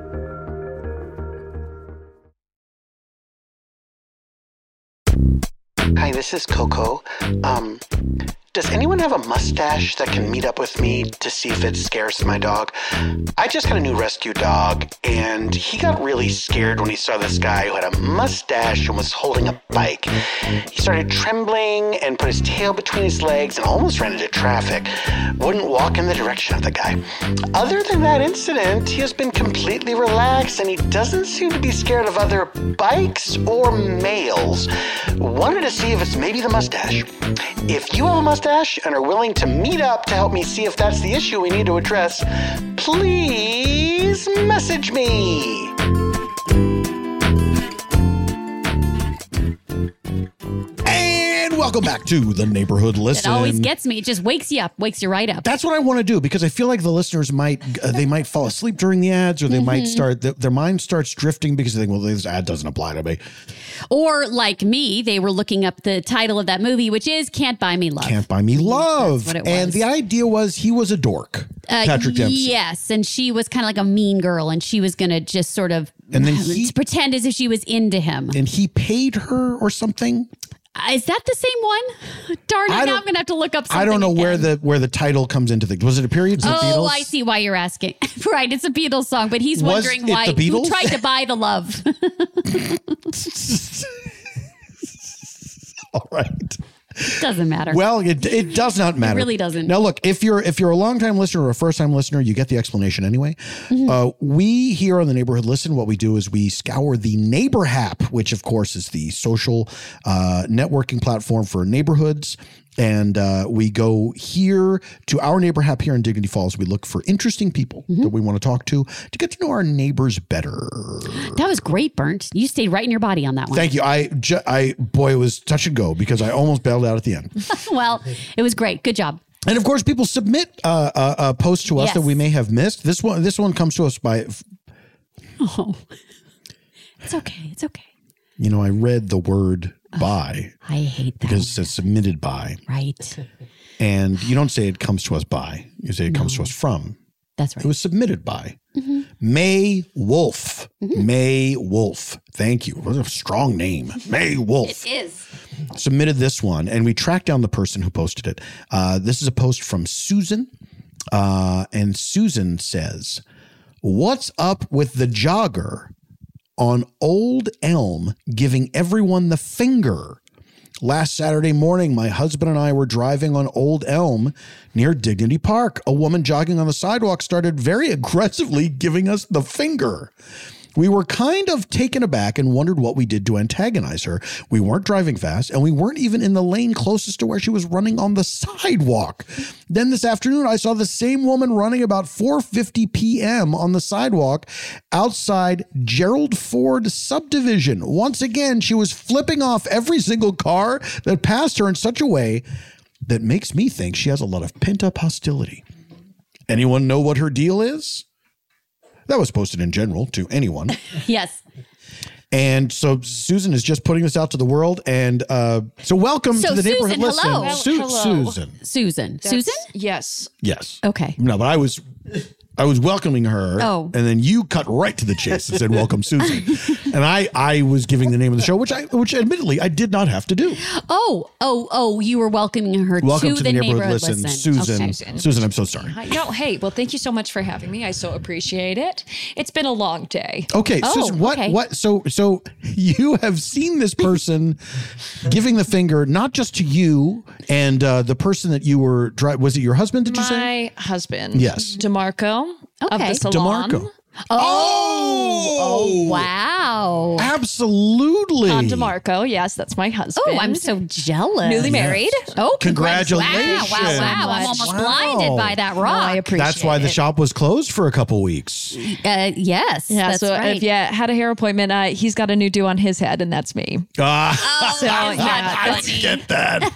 Hi, this is Coco. Um, does anyone have a mustache that can meet up with me to see if it scares my dog? I just got a new rescue dog, and he got really scared when he saw this guy who had a mustache and was holding a bike. He started trembling and put his tail between his legs and almost ran into traffic. Wouldn't walk in the direction of the guy. Other than that incident, he has been completely relaxed and he doesn't seem to be scared of other bikes or males. Wanted to see if it's maybe the mustache. If you have a mustache and are willing to meet up to help me see if that's the issue we need to address, please message me.
And welcome back to the neighborhood
It
listen.
always gets me. It just wakes you up, wakes you right up.
That's what I want to do because I feel like the listeners might uh, they might fall asleep during the ads or they
Mm-hmm.
might start th- their mind starts drifting because they think well this ad doesn't apply to me.
Or like me, they were looking up the title of that movie, which is "Can't Buy Me Love."
Can't buy me love.
what it
And
was.
the idea was he was a dork.
Uh,
Patrick Dempsey.
Yes, and she was kind of like a mean girl, and she was going to just sort of
And then he-
pretend as if she was into him.
And he paid her or something.
Is that the same one? Darn
I
it! Now
don't-
I'm going to have to look up. Something
I don't know where
again.
the where the title comes into things. Was it a period? Was it
Oh,
Beatles?
I see why you're asking. right, it's a Beatles song, but he's
Was
wondering
it
why
the Beatles?
who tried to buy the love.
All right.
Doesn't matter.
Well, it, it does not matter.
really doesn't.
Now, look, if you're if you're a longtime listener or a first time listener, you get the explanation anyway.
Mm-hmm.
Uh, we here on the Neighborhood Listen, what we do is we scour the Neighbor Hap, which of course is the social uh, networking platform for neighborhoods. And uh, we go here to our neighbor hap here in Dignity Falls. We look for interesting people
Mm-hmm.
that we want to talk to to get to know our neighbors better.
that was great, Burnt. You stayed right in your body on that one.
Thank you. I, ju- I, boy, it was touch and go because I almost bailed out at the end.
well, it was great. Good job.
And of course, people submit uh, uh, uh, posts to us
Yes.
that we may have missed. This one, this one comes to us by,
Oh, it's okay. It's okay.
you know, I read the word "by"
I hate that.
because it says submitted by,
right.
and you don't say it comes to us by. You say it comes to us from.
That's
It
right.
was submitted by May Wolf. May Wolf. Thank you. What a strong name, May Wolf.
is.
submitted this one, and we tracked down the person who posted it. Uh, this is a post from Susan, uh, and Susan says, "What's up with the jogger on Old Elm giving everyone the finger?" Last Saturday morning, my husband and I were driving on Old Elm near Dignity Park. A woman jogging on the sidewalk started very aggressively giving us the finger. We were kind of taken aback and wondered what we did to antagonize her. We weren't driving fast and we weren't even in the lane closest to where she was running on the sidewalk. Then this afternoon I saw the same woman running about 4:50 p.m. on the sidewalk outside Gerald Ford subdivision. Once again, she was flipping off every single car that passed her in such a way that makes me think she has a lot of pent-up hostility. Anyone know what her deal is? That was posted in general to anyone.
Yes.
And so Susan is just putting this out to the world. And uh, so welcome
So
to the
Susan,
neighborhood. Listen,
hello.
Su-
Hello.
Susan.
Susan.
That's-
Susan?
Yes.
Yes.
Okay.
No, but I was, I was welcoming her.
Oh.
And then you cut right to the chase and said, "Welcome, Susan." and I, I was giving the name of the show, which I, which admittedly I did not have to do.
Oh, oh, oh, you were welcoming her
Welcome
to, the, neighborhood, listen.
Susan.
Okay.
Susan. I'm so sorry.
Hi. No, hey, well, thank you so much for having me. I so appreciate it. It's been a long day.
Okay,
Oh,
Susan, what
okay.
what so so you have seen this person giving the finger not just to you and uh the person that you were dri- was it your husband did you say?
My husband,
Yes.
DeMarco of
Okay.
the salon.
DeMarco.
Oh,
Oh!
wow.
Absolutely.
Don DeMarco, yes, that's my husband.
Oh, I'm so jealous.
newly married.
Oh,
Congratulations.
Wow, wow, wow. I'm almost
Wow.
blinded by that
Oh, I
rock.
appreciate.
That's why the
it.
shop was closed for a couple weeks.
uh, yes,
Yeah,
that's
so
right.
if you had a hair appointment, uh, he's got a new do on his head, and that's me.
Ah,
Oh, that's not
I
funny.
get that.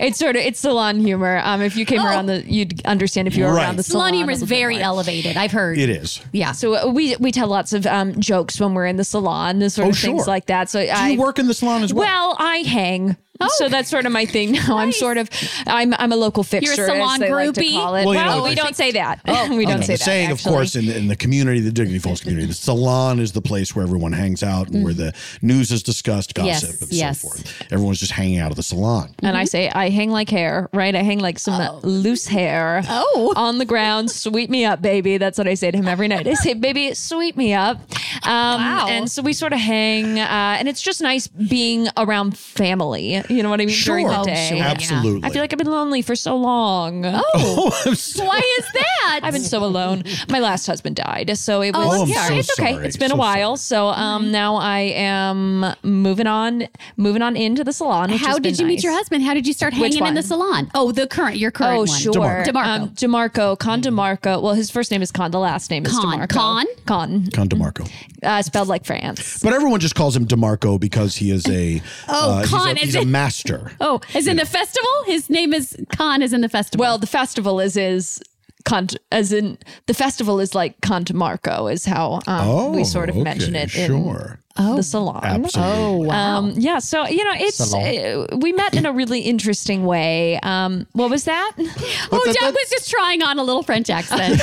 It's sort of it's salon humor. Um, if you came around the, you'd understand if you were
Right.
around the salon.
Salon humor
a
is
little bit
very
more.
elevated. I've heard.
it is.
Yeah.
So uh, we we tell lots of um, jokes when we're in the salon, this sort
Oh,
of things
sure.
like that. So
Do
I
you work in the Oh, salon as well?
Well, I hang. So that's sort of my thing now. I'm sort of I'm I'm a local fixture. as
salon
they like to
groupie?
call it.
Well,
Well,
you know,
we
it's-
don't say that. we
Okay,
don't say
the
that.
saying,
actually.
of course, in, in the community, the Dignity Falls community, the salon is the place where everyone hangs out and where
Mm.
the news is discussed,
Yes,
gossip, and
yes.
so forth. Everyone's just hanging out of the salon.
And I say I hang like hair, right? I hang like some uh,
Oh.
loose hair
Oh.
on the ground. Sweep me up, baby. That's what I say to him every night. I say, baby, sweep me up. Um,
Wow.
And so we sort of hang, uh, and it's just nice being around family. You know what I mean? During the
Sure.
day.
sure.
Absolutely.
I feel like I've been lonely for so long.
Oh, I'm so-
Why is that?
I've been so alone. My last husband died, so it was.
Oh, I'm
yeah,
so
it's okay.
sorry.
It's been
So
a while, so
Mm-hmm.
um, now I am moving on, moving on into the salon. which
How
has
did
been
you meet
nice.
your husband? How did you start
Which
hanging in the
one?
salon? Oh, the current, your current
Oh,
one.
sure.
DeMarco. Mm-hmm.
Um, DeMarco, Con DeMarco. Well, his first name is Con. The last name is
Con.
DeMarco.
Con?
Con.
Count DeMarco.
Uh, spelled like France.
But everyone just calls him DeMarco because he is a
Oh,
uh, he's a-
con,
he's, a,
is it-
master.
Oh, is in the festival? His name is Khan is in the festival.
Well, the festival is is Con, as in the festival is like Con DeMarco is how um, we sort of
Oh, okay,
mention it
Sure.
in the salon.
Absolutely.
Um, yeah, so you know, it's
Salon.
uh, we met in a really interesting way. Um, what was that?
oh,
that-
Doug
that-
was just trying on a little French accent.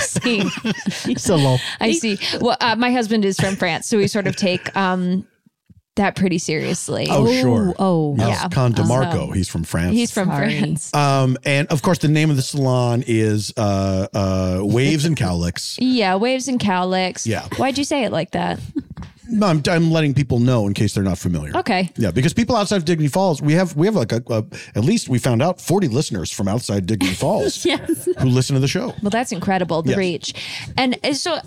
Salon.
I see. Well, uh, my husband is from France, so we sort of take um, that pretty seriously.
Oh, sure.
oh.
Yes,
Yeah. Uh-huh.
Count DeMarco. he's from France.
He's from
Sorry.
France.
Um, and of course, the name of the salon is uh, uh, Waves and Cowlicks.
Yeah, waves and cowlicks.
Yeah.
Why'd you say it like that?
No, I'm, I'm letting people know in case they're not familiar.
Okay.
Yeah, because people outside of Dignity Falls, we have we have like a, a- at least we found out 40 listeners from outside Dignity Falls
Yes.
who listen to the show.
Well, that's incredible, the
Yes.
reach. And uh, so.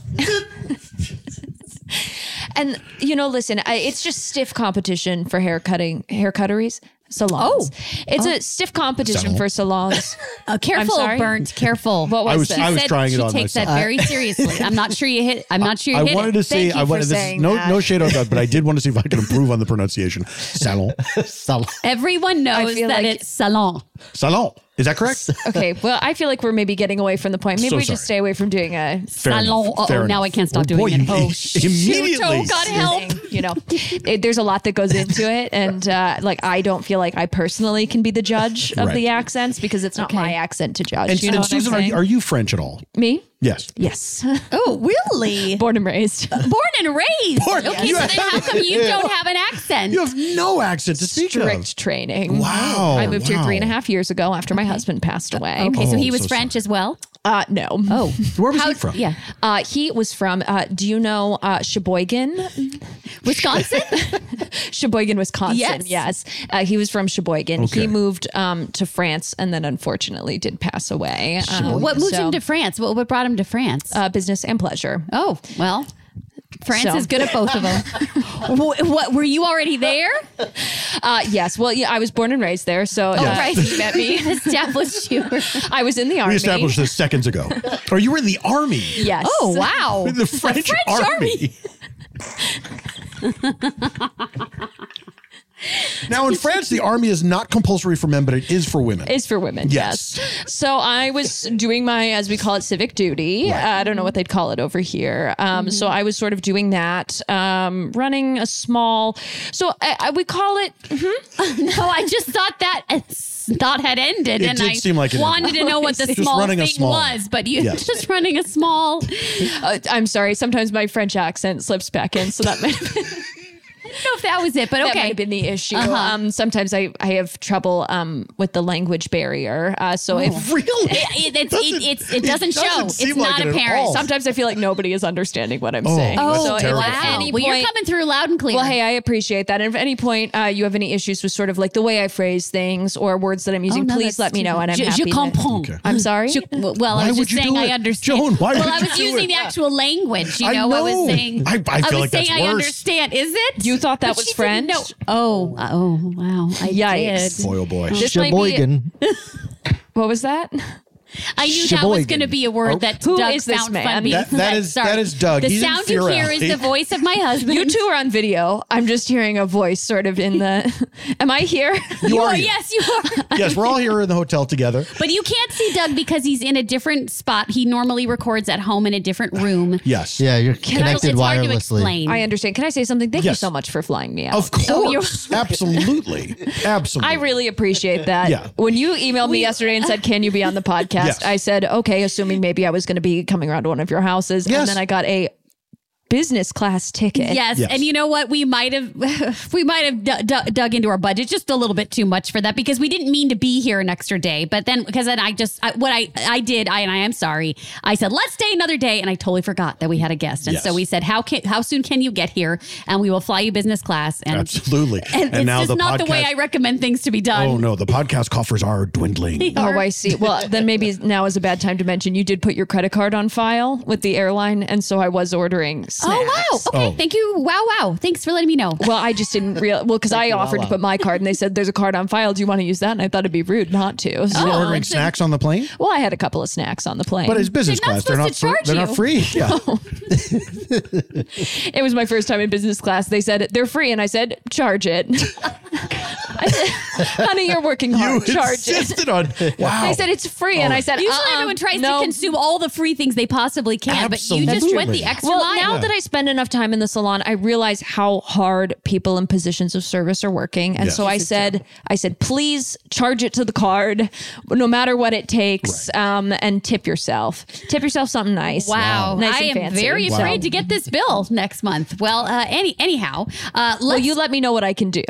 And you know, listen, I, it's just stiff competition for hair cutting, hair cutteries, salons. Oh, it's a stiff competition
Salon.
for salons.
Uh, careful, Burnt. Careful.
What was I was-
it?
I was
trying it
she
on
takes
myself.
that very
I-
seriously. I'm not sure you hit. I'm not sure you
I
hit
wanted
it.
to see. I wanted this. is- No, no shade on that, but I did want to see if I could improve on the pronunciation. Salon, salon,
Everyone knows
feel
that
like-
it's salon.
salon. Is that correct?
okay, well, I feel like we're maybe getting away from the point. Maybe
So
we
sorry.
just stay away from doing a
Fair enough.
Oh,
Fair enough.
now I can't stop
Oh,
doing
boy,
it. Oh,
immediately.
Oh, God help! You know, it, there's a lot that goes into it, and uh, like I don't feel like I personally can be the judge of
Right.
the accents because it's not my accent to judge.
And,
you know
and
what I'm
Susan, are you,
saying?
are you French at all?
me?
Yes.
Yes.
Oh, really?
Born and raised.
Born and raised.
Born-
okay,
you
so then how
have-
come you
Yeah.
don't have an accent?
You have no accent to speak of.
Strict training.
Wow,
I moved here
Oh, wow.
three and a half years ago after my husband passed away.
okay, so
Oh,
he was
so
French as well.
Uh, no.
Oh,
Where was he from?
yeah,
Uh, he was from, uh, do you know uh, Sheboygan?
Wisconsin.
Sheboygan, Wisconsin.
Yes.
Yes. Uh, he was from Sheboygan.
Okay.
He moved um, to France and then unfortunately did pass away. Um,
what moved
so,
him to France? What, what brought him to France?
uh, business and pleasure?
oh, well, France
So-
is good at both of them. what, what were you already there?
Uh, yes. Well, yeah, I was born and raised there. So uh,
Oh, right.
he met me.
Established you. were-
I was in the army.
We established this seconds ago. Or you were in the army.
Yes.
Oh wow!
The French, army. now in France, the army is not compulsory for men, but it is for women.
is for women.
Yes.
Yes. So I was doing my, as we call it, civic duty. Uh, I don't know what they'd call it over here. Um,
Mm-hmm.
So I was sort of doing that, um, running a small. So I, I, we call it.
No, Oh, I just thought that uh, thought had ended,
It
and
did
I
seem like it
wanted to know what the
Just
small
running a
thing
small.
was, but you
Yes.
just running a small.
Uh, I'm sorry. Sometimes my French accent slips back in, so that might have been,
I don't know if that was it, but
that might
okay.
have been the issue.
Uh-huh.
Um, sometimes I, I have trouble um, with the language barrier. Uh, so if
Really?
It, it, it's, it, it's, it doesn't,
doesn't
show.
seem
It's
like
not
it at
apparent.
all.
Some-
sometimes I feel like nobody is understanding what I'm
Oh,
saying.
that's
so if
terrible.
at
wow.
any
well, you're
point-
coming through loud and clear.
Well, hey, I appreciate that. And if at any point uh, you have any issues with sort of like the way I phrase things or words that I'm using,
no,
please let
that's
me know. And I'm
je,
happy. to-
Je comprends.
Okay.
I'm sorry.
Je- well,
Why
I was
would
just
you
saying
do
I
it?
understand.
Joan, why
well,
would
I
you
was
do
using
it?
the actual language. You
I
know, I
know.
was saying.
I- I feel
was
like that's
saying I
worse.
understand. Is it?
You thought that
But
was
she
French?
didn't know- Oh, oh, wow. I
Yikes.
did.
Boy, oh boy.
This might be,
Sheboygan.
what was that?
I knew that was
Sheboygan.
going to be a word that
Who
Doug
is this
found
man?
funny.
That- that is-
Sorry.
that is Doug.
The
He's in
sound you hear is
Furelli.
the voice of my husband.
You two are on video. I'm just hearing a voice sort of in the. Am I here?
You are.
Oh,
here.
yes, you are.
Yes, we're all here in the hotel together.
But you can't see Doug because he's in a different spot. He normally records at home in a different room.
Yes.
Yeah, you're
And I-
connected
it's hard to
wirelessly.
explain.
I understand. Can I say something? Thank you
Yes.
so much for flying me out.
Of
Oh, you're-
course. Absolutely. Absolutely.
I really appreciate
uh,
that.
Yeah.
When you emailed me yesterday and said, "Can you be on the podcast?"
Yes.
I said, "Okay," assuming maybe I was going to be coming around to one of your houses,
Yes.
and then I got a business class ticket.
Yes.
Yes.
and you know what? We might have we might have d- d- dug into our budget just a little bit too much for that because we didn't mean to be here an extra day. But then because then I just I, what I I did I and I am sorry. I said let's stay another day, and I totally forgot that we had a guest. And
Yes.
so we said how can how soon can you get here? And we will fly you business class. And
Absolutely.
And, it's
now
just
the
not
podcast.
the way I recommend things to be done.
oh no, the podcast coffers are dwindling.
Oh, I see. Well, then maybe now is a bad time to mention you did put your credit card on file with the airline, and so I was ordering snacks.
Oh wow! Okay,
Oh.
thank you. Wow, wow. Thanks for letting me know.
Well, I just didn't real well because I offered to put my card, and they said there's a card on file. Do you want to use that? And I thought it'd be rude not to. So-
You're ordering snacks on the plane?
Oh.
Well, I had a couple of snacks on the plane.
But it's business
They're
class.
not
They're not
supposed to
fr-
charge
they're not
you.
free. Yeah.
It was my first time in business class. They said they're free, and I said, "Charge it." I said, "Honey, you're working
You
hard. Charge it."
insisted on wow.
They said it's free, and I said,
Oh. Usually,
"Uh-uh,
everyone tries
no."
to consume all the free things they possibly can, but you just went
Absolutely.
the extra
Well,
mile.
now that I spend enough time in the salon, I realize how hard people in positions of service are working, and
Yes.
so I said, "I said, please charge it to the card, no matter what it takes, um, and tip yourself. Tip yourself something nice.
Wow,
nice
I am
and fancy.
very
Wow.
afraid to get this bill next month. Well, uh, any anyhow, uh, let's,
Well, you let me know what I can do.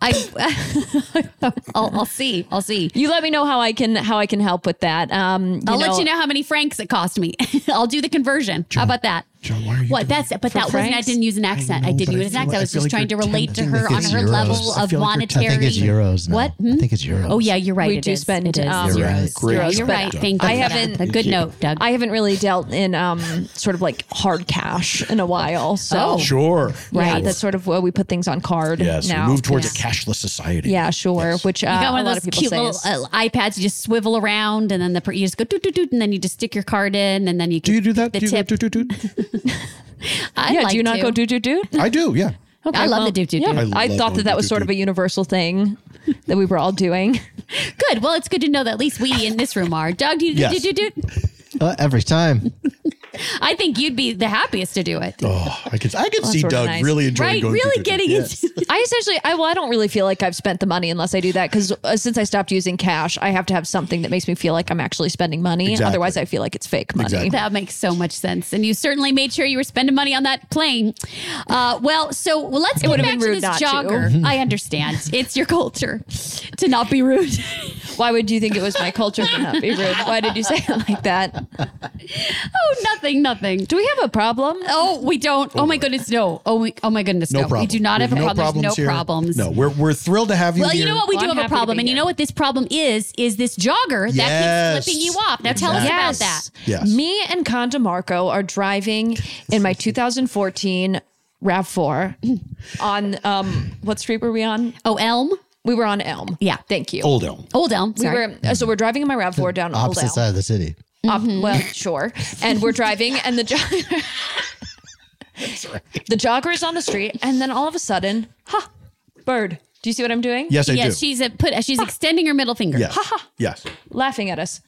I, I'll, I'll see. I'll see.
You let me know how I can how I can help with that. Um,
I'll let you know how many francs it cost me. I'll do the conversion. How about that?
John, why are you?
What that's but
For
that wasn't I
Frank's?
didn't use an accent. I, didn't
but I
use an
feel
accent.
like-
I
I
was
feel
just
like
trying to
you're
relate to
tempting
her
me
on
with
her
euros.
level of
I feel like you're
monetary.
tempting- I think it's euros now.
What?
I think it's euros.
Oh yeah, you're right.
We
it
do
is.
spend,
it is
um,
euros.
You're right.
Great
You're,
job,
right.
Doug.
Thank you.
I
for that.
haven't-
A good note, Doug.
I haven't really dealt in um, sort of like hard cash in a while. So,
Oh.
Sure.
yeah,
Right.
that's sort of where we put things on card
Yes.
now.
we move towards
Yes.
a cashless society.
yeah, sure. Which uh,
You got one
a
of
lot
those
people
cute
say
little
is-
uh, iPads. You just swivel around, and then the per- you just go doot doot doot, and then you just stick your card in, and then you
Do you do that?
The
do you go
tip.
doot, doot, doot?
I
yeah,
like
do you not
to.
go do do do?
I do. Yeah.
I love the doot doot
Yeah,
doot.
I
I,
love
thought
going
that that was
doot,
sort
doot,
of a universal thing that we were all doing.
Good. Well, it's good to know that at least we in this room are. Doug, do you
Yes.
do doot doot doot?
Uh, every time.
I think you'd be the happiest to do it.
Oh, I could. I could see
that's
Doug
organized.
really enjoying
right?
going.
Really
doot, doot, doot.
getting
Yes.
into
I essentially, I well, I don't really feel like I've spent the money unless I do that because uh, since I stopped using cash, I have to have something that makes me feel like I'm actually spending money.
Exactly.
Otherwise, I feel like it's fake money.
Exactly.
That makes so much sense. And you certainly made sure you were spending money on that plane. Uh, well, so well, let's get
would've
back
been
to
rude
this
not to.
jogger. I understand. It's your culture to not be rude.
Why would you think it was my culture to not be rude? Why did you say it like that?
oh, nothing, nothing.
Do we have a problem?
Oh, we don't. Oh, my goodness, no. Oh, we, oh my goodness,
No
no.
problem.
We do not
We
have a problem.
problems
There's no
here.
problems.
No, we're we're thrilled to have you.
Well, you
here.
know what? We
Well,
do
I'm
have a
happy to
problem.
be
And you
here.
know what this problem is? Is this jogger that
Yes.
keeps flipping you off. Now tell us about
Yes.
that.
Yes.
Me and Conda Marco are driving in my 2014 RAV4 on um what street were we on?
Oh, Elm?
We were on Elm.
Yeah.
Thank you.
Old elm.
Old Elm.
we
Sorry.
were uh, so we're driving in my RAV4 down Old
Opposite
Elm.
side of the city.
Op- well, sure. And we're driving, and the jogger, the jogger is on the street, and then all of a sudden, ha, bird. Do you see what I'm doing?
Yes, I
yes,
do.
she's a put. She's extending her middle finger.
yes. yes.
Laughing at us,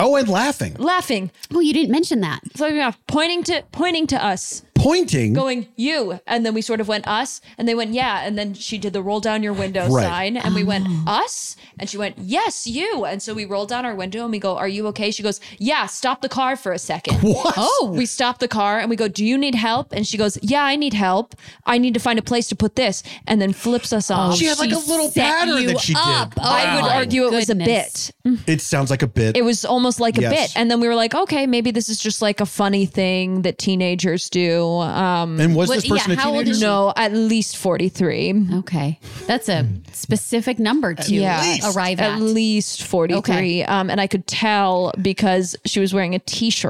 Oh, and laughing,
laughing,
Oh, you didn't mention that.
flipping off, pointing to pointing to us,
pointing.
going you, and then we sort of went us, and they went yeah, and then she did the roll down your window
Right.
sign, and we went us, and she went yes you, and so we rolled down our window and we go are you okay? She goes yeah, stop the car for a second.
What?
Oh, we stop the car and we go, Do you need help? And she goes, Yeah, I need help. I need to find a place to put this. And then flips us off.
She had like a little
set
pattern
you
that she
up.
did.
Oh,
I would
my
argue it was a
goodness.
bit.
It sounds like a bit.
It was almost like a
Yes.
bit. And then we were like, Okay, maybe this is just like a funny thing that teenagers do. Um,
and was
What-
this person
yeah,
a
how old
teenager?
is she?
no, at least 43.
Okay, that's a specific number to arrive at.
At least 43.
Okay.
Um, and I could tell because she was wearing a t shirt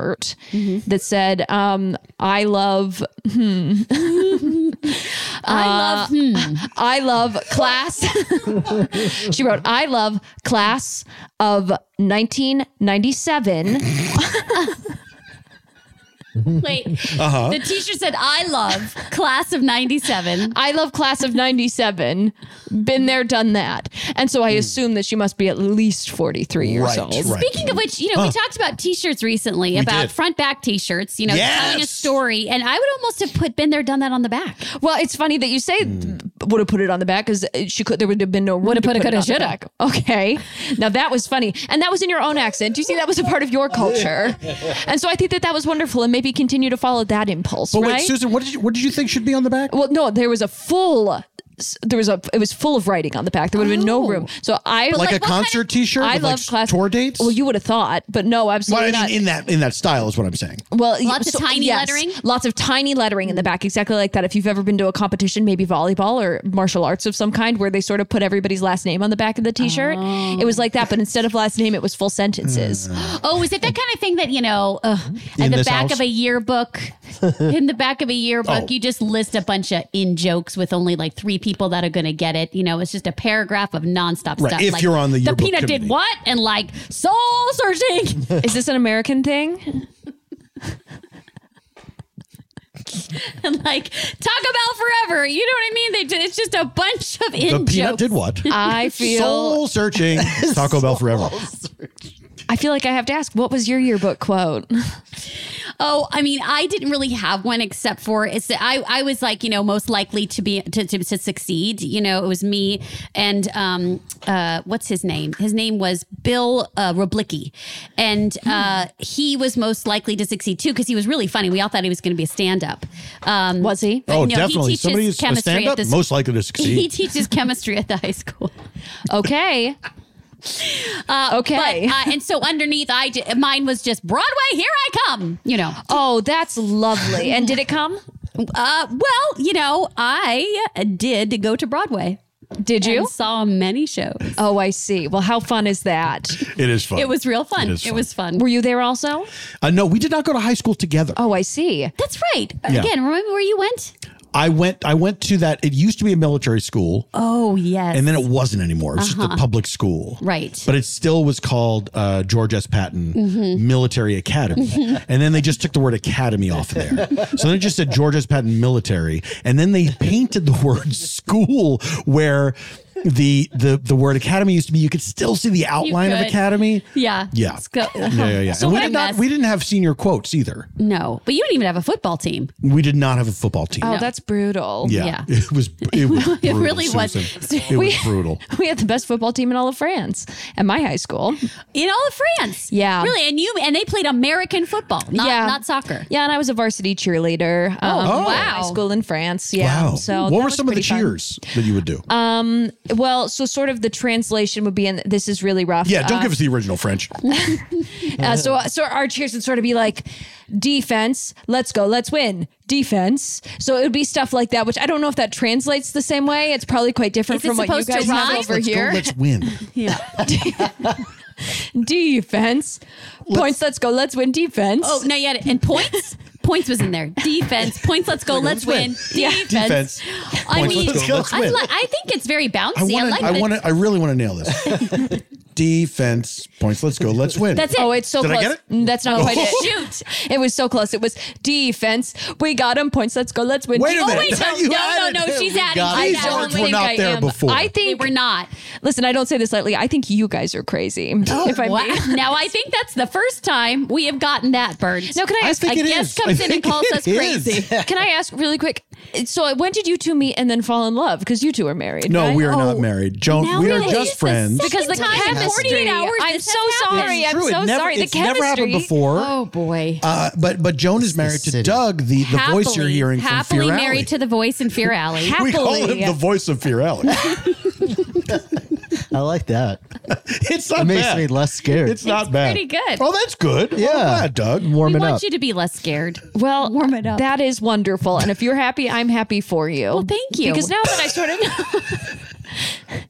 Mm-hmm.
that said, um, I love hmm.
I love. Hmm.
Uh, I love class. she wrote, I love class of 1997.
Wait,
Uh-huh.
the teacher said, "I love class of '97."
I love class of 97. Been there, done that. And so I assume that she must be at least 43 years
Right,
old.
right.
Speaking of which, you know, we talked about t-shirts recently about
did.
front back t-shirts, you know,
Yes.
telling a story. And I would almost have put been there, done that on the back.
Well, it's funny that you say
Hmm.
would have put it on the back because she could. There would have been no would have
put it, coulda, shoulda.
Okay, now that was funny, and that was in your own accent. Do you see that was a part of your culture? and so I think that that was wonderful, and maybe continue to follow that impulse.
But wait,
right?
Susan, what did you what did you think should be on the back?
well, no, there was a full. There was a. It was full of writing on the back. There would have been no room. So I
like, a
like, Oh. what kind of-
concert T-shirt
I
with
love
like
class
tour dates.
Well, you would have thought, but no,
Well, I
absolutely
mean,
not.
in that in that style is what I'm saying.
Well,
Lots of tiny lettering? Hmm.
Lots of tiny lettering in the back, exactly like that. If you've ever been to a competition, maybe volleyball or martial arts of some kind, where they sort of put everybody's last name on the back of the T-shirt, it was like that. But instead of last name, it was full sentences.
Oh, is it that kind of thing that, you know, uh,
Hmm?
at
In
the
this
back
house?
of a yearbook, in the back of a yearbook,
Oh.
you just list a bunch of in jokes with only like three people that are going to get it. You know, it's just a paragraph of nonstop
Right,
stuff.
if
like,
you're on the
The
yearbook
peanut
committee.
did what? And like soul searching.
Is this an American thing?
and like Taco Bell forever. You know what I mean? They, ju- it's just a bunch of in
The peanut
jokes.
did what?
I feel.
Soul searching Taco Bell forever.
I feel like I have to ask, what was your yearbook quote?
Oh, I mean, I didn't really have one except for it's that I I was like you know most likely to be to, to, to succeed. You know, it was me and um uh what's his name? His name was Bill uh, Roblicki, and uh he was most likely to succeed too because he was really funny. We all thought he was going to be a stand up. Um,
Was he?
but
Oh,
no, he
definitely.
teaches
Somebody who's a
chemistry at
stand up
this-
most likely to
He
succeed.
teaches chemistry at the high school.
Okay,
Uh,
Okay.
but, uh, and so underneath, I j- mine was just Broadway. Here I come. You know.
Oh, that's lovely. And did it come?
Uh, well, you know, I did go to Broadway.
Did you?
And saw many shows.
Oh, I see. Well, how fun is that?
It is fun.
It was real
It
fun. It,
is fun.
was fun.
Were you there also?
Uh, no, we did not go to high school together.
Oh, I see.
That's right.
Yeah.
Again, remember where you went?
I went. I went to that. It used to be a military school,
Oh yes.
and then it wasn't anymore. It was just
Uh-huh.
a public school.
right.
But it still was called uh, George S. Patton
Mm-hmm.
Military Academy. and then they just took the word academy off of there. so they just said George S. Patton Military. And then they painted the word school where the the the word academy used to be. You could still see the outline of
could.
academy.
yeah.
Yeah.
Let's go-
Yeah, yeah, yeah.
So
and we
what a
did not
mess.
we didn't have senior quotes either.
no, but you didn't even have a football team.
We did not have a football team.
Oh,
No.
that's brutal.
yeah. It was it was
It
brutal,
really was.
Susan. It was brutal.
We had the best football team in all of France at my high school.
In all of France.
Yeah.
Really. And you and they played American football, not,
Yeah.
not soccer.
Yeah, and I was a varsity cheerleader. um,
Oh.
in high
Wow.
school in France. Yeah.
Wow.
So that
what were
was
some of the
pretty fun. Uh,
cheers that you would do?
Well, so sort of the translation would be, and this is really rough.
yeah, don't
uh,
give us the original French.
Uh, so, so our cheers would sort of be like, defense, let's go, let's win, defense. So it would be stuff like that, which I don't know if that translates the same way. It's probably quite different
Is it
from what you
supposed
guys
to
have
rhyme?
over
let's
here.
Go, let's win.
defense, points, let's go, let's win, defense.
Oh, no, you had it. And points? points was in there. Defense. Points, let's go. Let's, win. Defense.
Defense.
I
Points,
mean,
let's go, let's
I,
win.
li- I think it's very bouncy.
I
I,
want
like
to. I
it.
want to. I really want to nail this. Defense points. Let's go. Let's win.
That's it.
Oh, it's so
Did I
close.
get it? Oh,
Mm, That's not quite it.
Shoot.
It was so close. It was defense. We got him points. Let's go. Let's win.
Wait a
Oh,
minute.
wait.
no,
You
no,
added
no, no,
it.
she's
We
added
got
it.
it.
I
These
don't
words
think
were not
I
there
am.
before.
I
They
think
were not.
Listen, I don't say this lightly. I think you guys are crazy.
Oh,
if I'm
Wow.
being-
Now I think that's the first time we have gotten that, Bird.
No, can I
I
ask?
think
a
it is.
guest comes
I
in and
think
calls
it
us
is.
crazy.
can I ask really quick? So, when did you two meet and then fall in love? Because you two are married.
no,
right?
we are not
Oh.
married. Joan,
Now
we are
really? It's
just
the
friends.
second
Because the
time in
chemistry.
48 hours
I'm
this
so
has happened.
sorry. I'm
True,
so
it never,
sorry. The
it's
chemistry.
never happened before.
Oh boy.
Uh, but but Joan is married to
city.
Doug, the, the voice you're hearing from
happily
Fear Alley.
married to the voice in Fear Alley.
we call him
Happily.
the voice of Fear Alley.
I like that.
it's not
It makes
bad.
me less scared.
It's not bad.
pretty good.
Oh, that's good. Well,
Yeah.
glad, Doug.
we
warming
want
up.
you to be less scared.
Well,
Warm it up.
That is wonderful. And if you're happy, I'm happy for you. Well,
thank you.
Because now that I sort of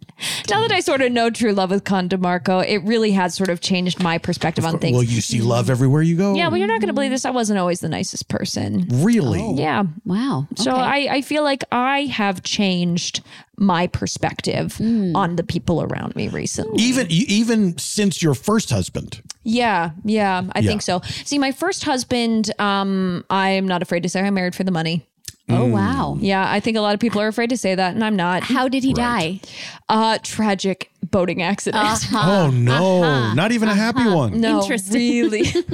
now that I sort of know true love with Con DeMarco, it really has sort of changed my perspective on things.
Well, you see love everywhere you go.
yeah, well, you're not going to believe this. I wasn't always the nicest person.
really.
Oh. Yeah.
Oh,
Wow.
So I, I feel like I have changed my perspective
Hmm.
on the people around me recently.
Even even since your first husband.
Yeah, yeah, I
Yeah.
think so. See, my first husband, um, I'm not afraid to say I married for the money.
Oh wow.
Yeah, I think a lot of people are afraid to say that, and I'm not.
How did he die?
Uh, tragic boating accident.
Oh no, not even a happy one.
Uh-huh. No,
Oh, Interesting.
really.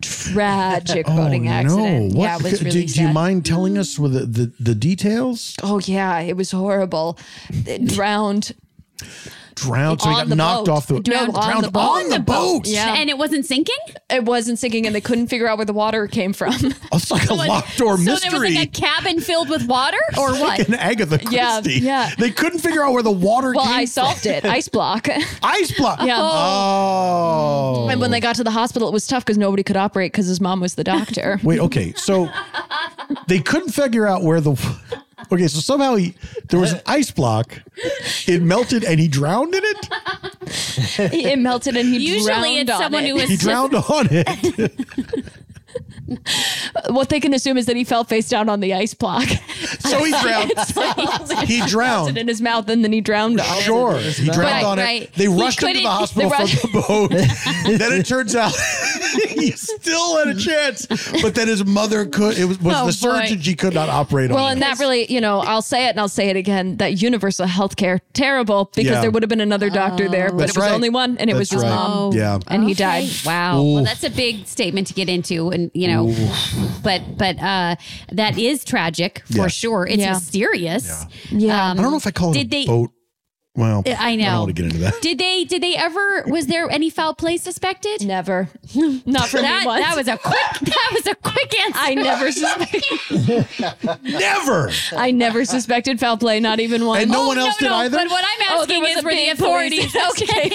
tragic
Oh
boating accident.
no! What?
Yeah, it was
do,
really
do you
sad.
mind telling us with the, the, the details?
Oh yeah, it was horrible. It drowned.
Drowned, so he
On
got
the
knocked
boat.
off the
Drowned on the boat.
on the boat.
Yeah.
And it wasn't sinking?
It wasn't sinking, and they couldn't figure out where the water came from.
It's like a locked door
so there
mystery.
was like a cabin filled with water or what?
an Agatha
Yeah,
Christie.
yeah.
They couldn't figure out where the water
well,
came
I solved it. Ice block.
from. Ice block.
Yeah.
Oh.
and when they got to the hospital, it was tough because nobody could operate because his mom was the doctor.
Wait, okay. So they couldn't figure out where the Okay, so somehow he, there was an ice block. It melted and he drowned in it?
it melted, and he
Usually
drowned
it's
on
someone
it.
who was
He drowned on it.
what they can assume is that he fell face down on the ice block.
So he drowned. He
Melted in
drowned.
his mouth and then he drowned on it.
Sure. He drowned
Right,
on
right.
it. They
He
rushed him to the
couldn't-
hospital
they
from
rushed-
the boat. then it turns out he still had a chance. But then his mother could it was, was
Oh,
the
boy.
surgeon she could not operate on.
Well, and
him.
that really, you know, I'll say it and I'll say it again that universal health care, terrible because
Yeah.
there would have been another doctor
Oh,
there, but
That's
it was
right.
only one and it was oh. his
That's right.
mom.
Yeah.
And he died.
Wow. Well,
Oof.
that's a big statement to get into, and you know, but but uh, that is tragic for
Yes.
sure. It's
Yeah.
mysterious.
Yeah.
Yeah.
I don't know if I call it
Did
a
they-
boat Well,
I
I
know.
don't want to get into that.
Did they? Did they ever? Was there any foul play suspected?
Never. Not for me
that.
once.
That was a quick. That was a quick answer.
I never suspected.
Never.
I never suspected foul play, not even Oh, once.
And no one else did either.
But what I'm
Oh, there
asking
was
is,
a
were the
big
authorities
police-
okay?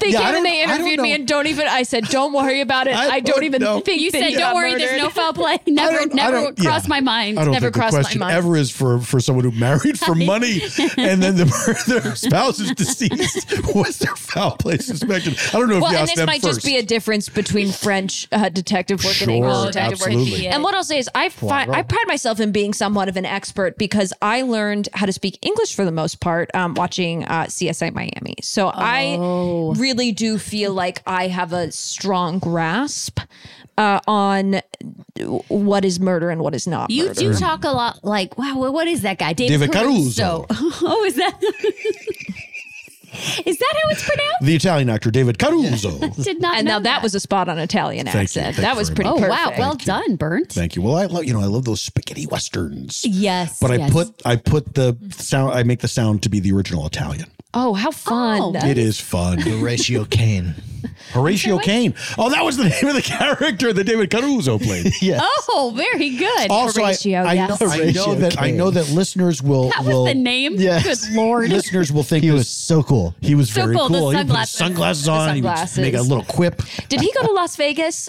They
Yeah, I
came
don't-
and they
I don't
interviewed me
know.
and don't even. I said, don't worry about it.
I
I,
don't
don't even
know.
think
You
that
said,
he
"Don't
got
worry,
murdered."
there's no foul play." Never,
don't- I
never
don't- yeah.
crossed my mind.
I don't
never
think the
crossed
question
my mind.
ever is for, for someone who married for money and then the, their spouse is deceased. Was their foul play suspected? I don't know if
Well,
you
and
asked
this
them
might
first.
just be a difference between French uh, detective work and English
Sure,
detective work.
absolutely.
And what I'll say is, I fi- I pride myself in being somewhat of an expert because I learned how to speak English for the most part um, watching uh, CSI Miami. So I
Oh.
really do feel like I have a strong grasp uh, on what is murder and what is not.
You
murder.
do talk a lot like, wow, well, what is that guy? David,
David
Caruso. oh, is that? is that how it's pronounced?
the Italian actor David Caruso.
Did not
And
know
now that was a spot on Italian
you.
accent.
Thank
That
you
was
very
pretty
Oh,
much.
perfect.
wow. Well done, Burnt.
Thank you. Well, I love you know I love those spaghetti westerns.
Yes.
But I
yes.
put I put the sound I make the sound to be the original Italian.
Oh, how fun.
It is fun.
Horatio Kane.
Horatio Kane. Oh, that was the name of the character that David Caruso played.
Yes.
Oh, very good.
Also, I-
Horatio,
I,
yes.
know, I know
Horatio
that I
Kane.
know that listeners will
that
will
was the name.
Yes.
Good lord.
listeners will think
He was so cool.
He was
So
very
cool,
cool.
the
He would put his sunglasses
sunglasses.
The
on. and He would just
sunglasses.
make a little quip.
Did he go to Las Vegas?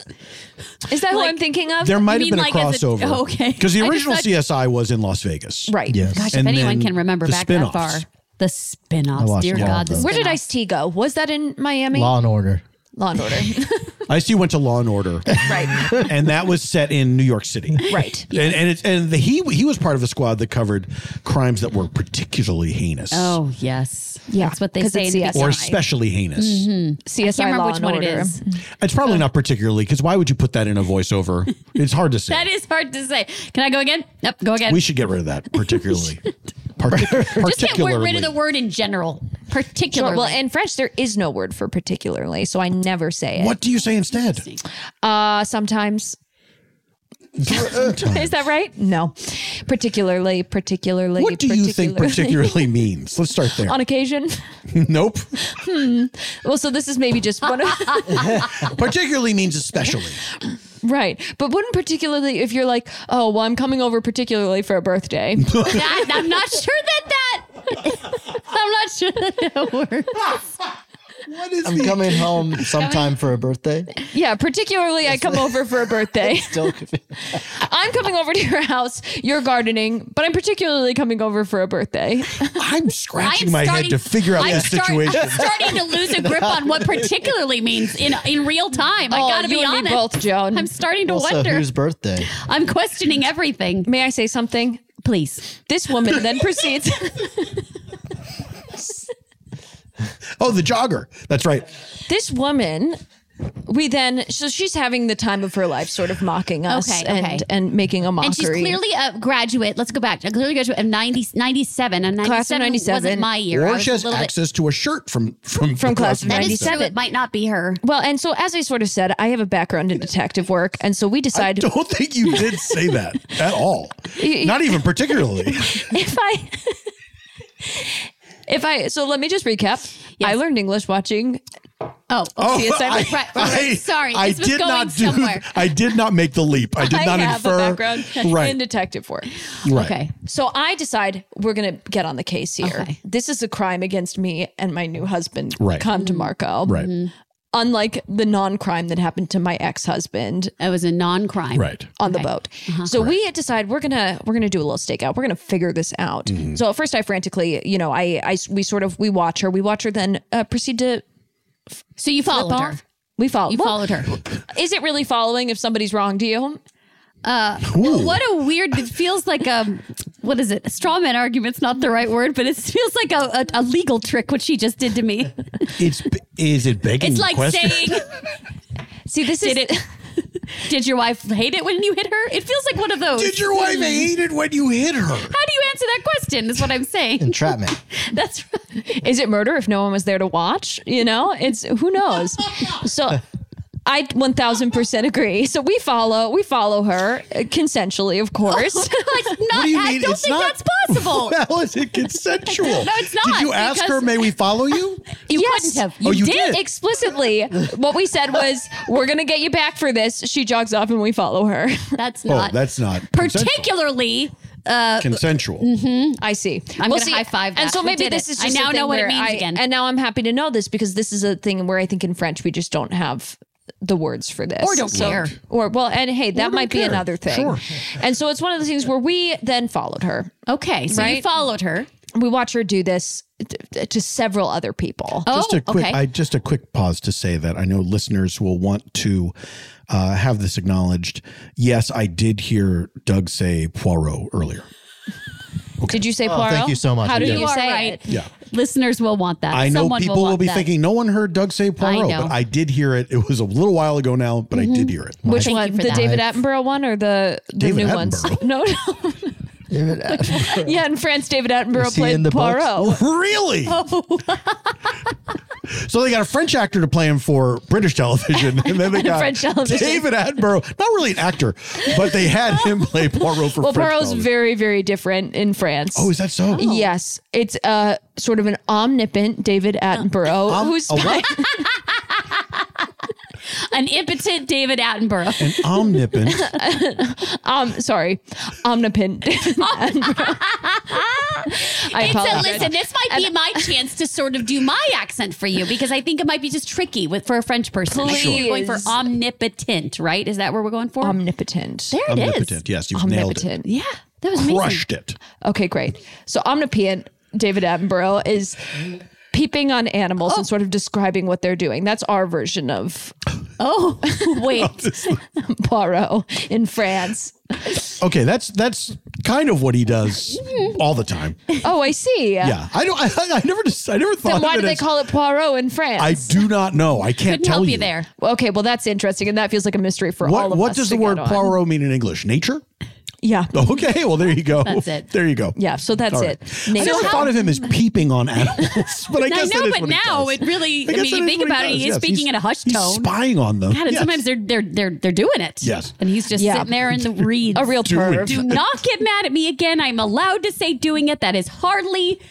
Is that who
Like-
I'm thinking of?
There might
Oh, mean
have been
like
a
as a-
crossover.
okay.
Because the
I just
original
thought-
CSI was in Las Vegas.
right.
Yes.
Gosh, if
And
anyone
then
can remember
the
back
spin-offs.
that far. The
I
spin-offs.
watched
Dear
all
God.
of
the
those.
Where did
spin-offs.
Ice T go? Was that in Miami?
Law and Order.
Law and Order.
I see went to Law and Order.
right.
and that was set in New York City.
Right.
And and, it's and the, he he was part of the squad that covered crimes that were particularly heinous.
Oh, yes.
Yeah,
That's what they
'cause
say in
it's
the
CSI.
Or
beginning.
especially heinous.
CSI
Can't remember
Law
which
and
one
Order.
it is.
It's probably not particularly because why would you put that in a voiceover? It's hard to say.
That is hard to say. Can I go again? Nope, go again.
we should get rid of that particularly. Partic-
Just get
particularly.
rid of the word in general.
Sure.
Particularly.
Well, in French, there is no word for particularly, so I never say it.
What do you say instead?
Uh, sometimes. Is that right? No. Particularly, particularly.
What do you think
particularly-
particularly means? Let's start there.
On occasion.
nope.
Well, so this is maybe just one of.
particularly means especially.
right. But wouldn't particularly, if you're like, oh, well, I'm coming over particularly for a birthday.
That- I'm not sure that that. I'm not sure that that works.
What is
I'm coming home sometime for a birthday.
yeah, particularly, I come over for a birthday.
Still could be-
I'm coming over to your house. You're gardening, but I'm particularly coming over for a birthday.
I'm scratching my head to figure out
I'm
the
start-
situation.
I'm starting to lose a grip on what particularly means in in real time. I
Oh,
gotta
you
be
and me
honest.
both, Joan.
I'm starting to
also,
wonder.
whose birthday?
I'm questioning everything.
May I say something?
Please.
This woman then proceeds.
Oh, the jogger. That's right.
this woman, we then, so she's having the time of her life, sort of mocking us
Okay,
and
okay.
and making a mockery.
And she's clearly a graduate. Let's go back. A clearly graduate of 90, 97. And 97,
Class of 97.
wasn't my year. I
Or
was
she
a
has
little bit-
access to a shirt from from
From class of
That is true.
97.
It might not be her.
well, and so as I sort of said, I have a background in detective work, and so we decide
Don't think you did say that at all. Not even particularly.
if I if I so let me just recap. I learned English watching
Oh,
Oh,
okay.
I,
right.
I-
Sorry,
I
this was
did
going
not do.
somewhere.
I did not make the leap. I did
I
not
have
infer.
a background
right.
in detective work.
right.
Okay.
So I decide we're going to get on the case here.
Okay.
This is a crime against me and my new husband,
Right.
Con
Mm.
DeMarco.
Right.
Unlike the non crime that happened to my ex husband
It was a non-crime.
Right.
on the boat.
Uh-huh.
So we decide we're gonna uh, we're gonna do a little stakeout. We're gonna figure this out. So at first, I frantically, you know, I I we sort of we watch her. We watch her, then uh, proceed to
So you followed her.
we follow.
You
well,
followed her.
Is it really following if somebody's wronged you?
Well, what a weird. It feels like a what is it? A straw man argument's not the right word, but it feels like a, a, a legal trick what she just did to me.
It's is it begging
It's like
question?
saying,
See, this
"Did
is
it? Did your wife hate it when you hit her?" It feels like one of those.
Did your wife hate it when you hit her?
How do you answer that question? Is what I'm saying.
Entrapment.
That's right.
is it murder if no one was there to watch? You know, it's who knows. So I 1000% agree. So we follow we follow her uh, consensually, of course.
like, not,
do you
I
mean
don't
it's
think
not-
that's possible.
How is it consensual?
No, it's
Did
not,
you ask
because-
her, may we follow you?
You couldn't have.
Oh, you did?
explicitly. What we said was, we're going to get you back for this. She jogs off and we follow her.
That's
Oh,
not
that's not consensual.
particularly. Uh,
consensual.
I see.
I'm
Well,
gonna
see,
high-five
And
that.
so
We
maybe
did
this
it.
is
I
just a
now
thing
know what it
where
means
I-
again.
And now I'm happy to know this because this is a thing where I think in French we just don't have the words for this
Or don't care.
or well and hey that might be
care.
another thing
Sure.
and so it's one of the things where we then followed her
okay, so you
Right?
followed her.
we watch her do this t- t- to several other people
Oh,
just a quick,
okay.
I just a quick pause to say that I know listeners will want to uh, have this acknowledged. Yes, I did hear Doug say Poirot earlier.
did you say
Oh,
Poirot?
thank you so much.
how
You
did
did.
you,
You are
say
right.
it
Yeah,
Listeners will want that.
I know
Uh, Someone
people
will,
will,
want
be
that.
thinking, no one heard Doug say Poirot,
know. Mm-hmm.
but I did hear it. It was a little while ago now, but I did hear it.
which
Thank you
one
for
the
that.
david attenborough one or the the
David
new ones
Attenborough.
no no yeah in france david attenborough
Is he
played
in the books?
Poirot.
really?
Oh.
so they got a French actor to play him for British television, and then they got
French television.
David Attenborough, not really an actor, but they had him play Poirot for
Well,
French
Poirot's
television.
very, very different in France.
Oh, is that so?
Yes, it's uh, sort of an omnipotent David Attenborough
Um,
who's
a what?
Um, an impotent David Attenborough.
An omnipotent.
um sorry, omnipotent. I
So
apologize.
listen, this might be my chance to sort of do my accent for you because I think it might be just tricky with for a French person. I think you're going for
Please. Um,
omnipotent, right? Is that where we're going for?
omnipotent.
there it is.
omnipotent. Yes, you've nailed it.
omnipotent.
Yeah, that was amazing.
Crushed it.
Okay, great. So omnipotent David Attenborough is peeping on animals and sort of describing what they're doing. That's our version of
Oh, wait.
Poirot in France.
Okay, that's that's kind of what he does all the time.
Oh, I see.
Yeah, I don't. I, I never. Just, I never thought.
Then
of
why
it
do they
as-
call it Poirot in France?
I do not know. I can't
Couldn't
tell
help you there.
Okay, well that's interesting, and that feels like a mystery for all
What
of
What
us.
does
to
the word
get on.
Poirot mean in English? Nature.
Yeah,
Okay, well there you go.
That's it.
There you go.
yeah. So that's
All right.
it. Name
I
it.
never thought of him as peeping on animals, but I
I
guess that
know,
is
but
what he
now
does.
it really. I,
guess that is
mean, you think
what he
about it.
does,
He is
yes.
speaking
He's-
in a hushed
he's
tone.
spying on them.
God, and
Yes.
sometimes they're they're they're they're doing it.
Yes.
and he's just
Yeah.
sitting there in the reeds.
a real
Doing
perv.
Do not get mad at me again. I'm allowed to say doing it. That is hardly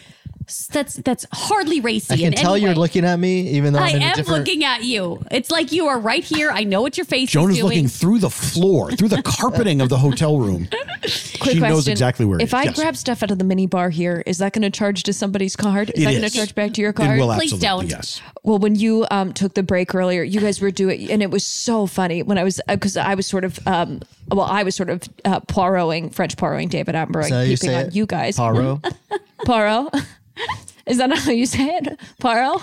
that's that's hardly racy.
I can
in
tell
any
you're
way.
looking at me, even though I
I
am in a
am
different.
looking at you. It's like you are right here. I know what your face
Joan is
is doing.
looking through the floor, through the carpeting of the hotel room.
Quick
she
question.
knows exactly where. it
If
is.
I
Yes.
grab stuff out of the mini bar here, is that going to charge to somebody's card? Is
It
that going to
is.
charge back to your
It
card?
will
please
absolutely,
don't.
Yes.
Well, when you um, took the break earlier, you guys were doing, and it was so funny when I was because I was sort of, um, well, I was sort of uh, poirot French poirot David Attenborough,
Is that how you
keeping
say
on
it?
you guys.
Poirot.
Poirot. Is that not how you say it? Poirot.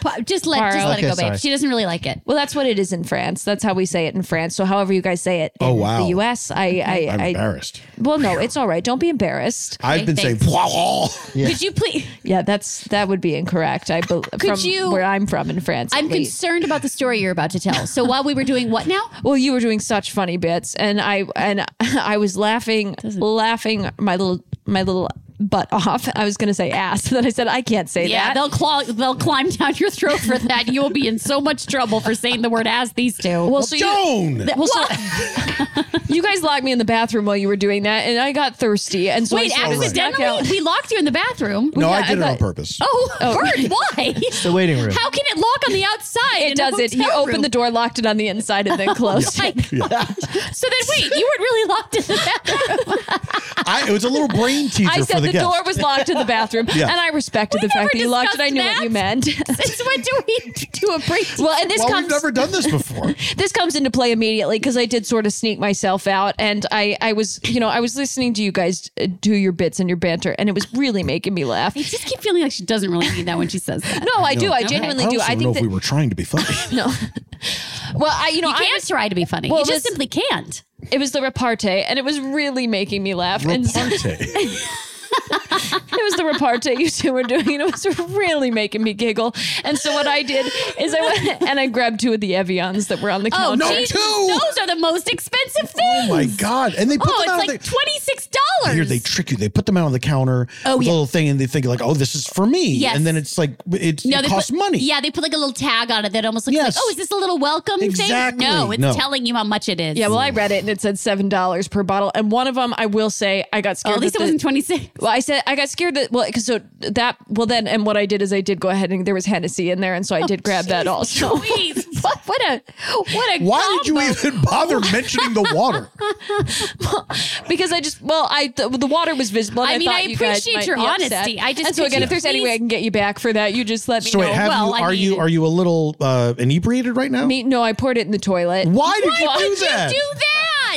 Pa- Just let just
Alright.
let it
Okay,
go, babe.
sorry.
She doesn't really like it.
Well, that's what it is in France. That's how we say it in France. So, however you guys say it in
Oh, wow.
the U.S., I, I,
I'm
I-
embarrassed.
Well, no, it's all right. Don't be embarrassed.
I've been
thanks.
saying wow.
Could you please?
Yeah, that's that would be incorrect. I bel from
you-
where I'm from in France. at
I'm
least.
concerned about the story you're about to tell. So while we were doing what now?
Well, you were doing such funny bits, and I and I was laughing, laughing my little my little butt off. I was going to say ass, then I said I can't say
Yeah,
that.
they'll claw, they'll climb down your throat for that. You will be in so much trouble for saying the word "as." These two.
Well, so you,
Joan.
well, so you guys locked me in the bathroom while you were doing that, and I got thirsty, and so I
Wait,
sort of snuck
accidentally,
out.
we locked you in the bathroom.
no,
yeah,
I
I
did it on
thought-
purpose.
Oh, Bert, why?
the waiting room.
How can it lock on the outside?
It
in a
does it. He
hotel
opened the
room?
door, locked it on the inside, and then closed it.
So then, wait, you weren't really locked in the bathroom.
I, it was a little brain teaser
I
for
said
the,
the,
guest.
door was locked in the bathroom,
Yeah.
and I respected the fact
never
that you locked it. I knew
discussed
what you
that.
meant.
Since when do we do a break?
well, and this
well,
comes
we've never done this before.
this comes into play immediately because I did sort of sneak myself out, and I I was you know I was listening to you guys uh, do your bits and your banter, and it was really making me laugh.
I just keep feeling like she doesn't really need that when she says that.
No, I do. I
Okay.
genuinely
I
do.
also
I
don't know
think
if
that
we were trying to be funny.
no. Well, I you know
you
I
can't
was-
try to be funny.
Well,
you
this-
just simply can't.
it was the repartee, and it was really making me laugh. And so-
Repartee.
it was the repartee you two were doing, and it was really making me giggle. And so what I did is I went and I grabbed two of the Evians that were on the
Oh,
counter.
Jesus, those are the most expensive
Oh
things.
my god! And they put
oh,
them out
it's
on
like
the,
twenty six
here
dollars.
they trick you. They put them out on the counter
Oh,
with
yeah.
a little thing, and they think like, "Oh, this is for me."
Yes.
And then it's like it's, it costs
put,
money.
Yeah, they put like a little tag on it that almost looks
Yes.
like, oh, is this a little welcome
Exactly.
thing? No, it's
No.
telling you how much it is.
Yeah, well, I read it and it said seven dollars per bottle. And one of them, I will say, I got
oh,
scared.
at least
that
it
the-
wasn't twenty six.
Well, I said I got scared that well, because so that well then, and what I did is I did go ahead and there was Hennessy in there, and so I did grab that also.
Please.
what, what a what a
Why did you even bother mentioning the water?
because I just well I the, the water was visible. and
I mean,
thought
I
you guys
appreciate
might
your
be upset.
honesty. I just
and so
could
again,
you
if there's any way I
please-
can get you back for that, you just let me
So wait,
know.
have
Well,
you
I
are you
mean-
are you a little uh, inebriated right now?
me, no, I poured it in the toilet.
Why did you
Why
do
did you
that?
do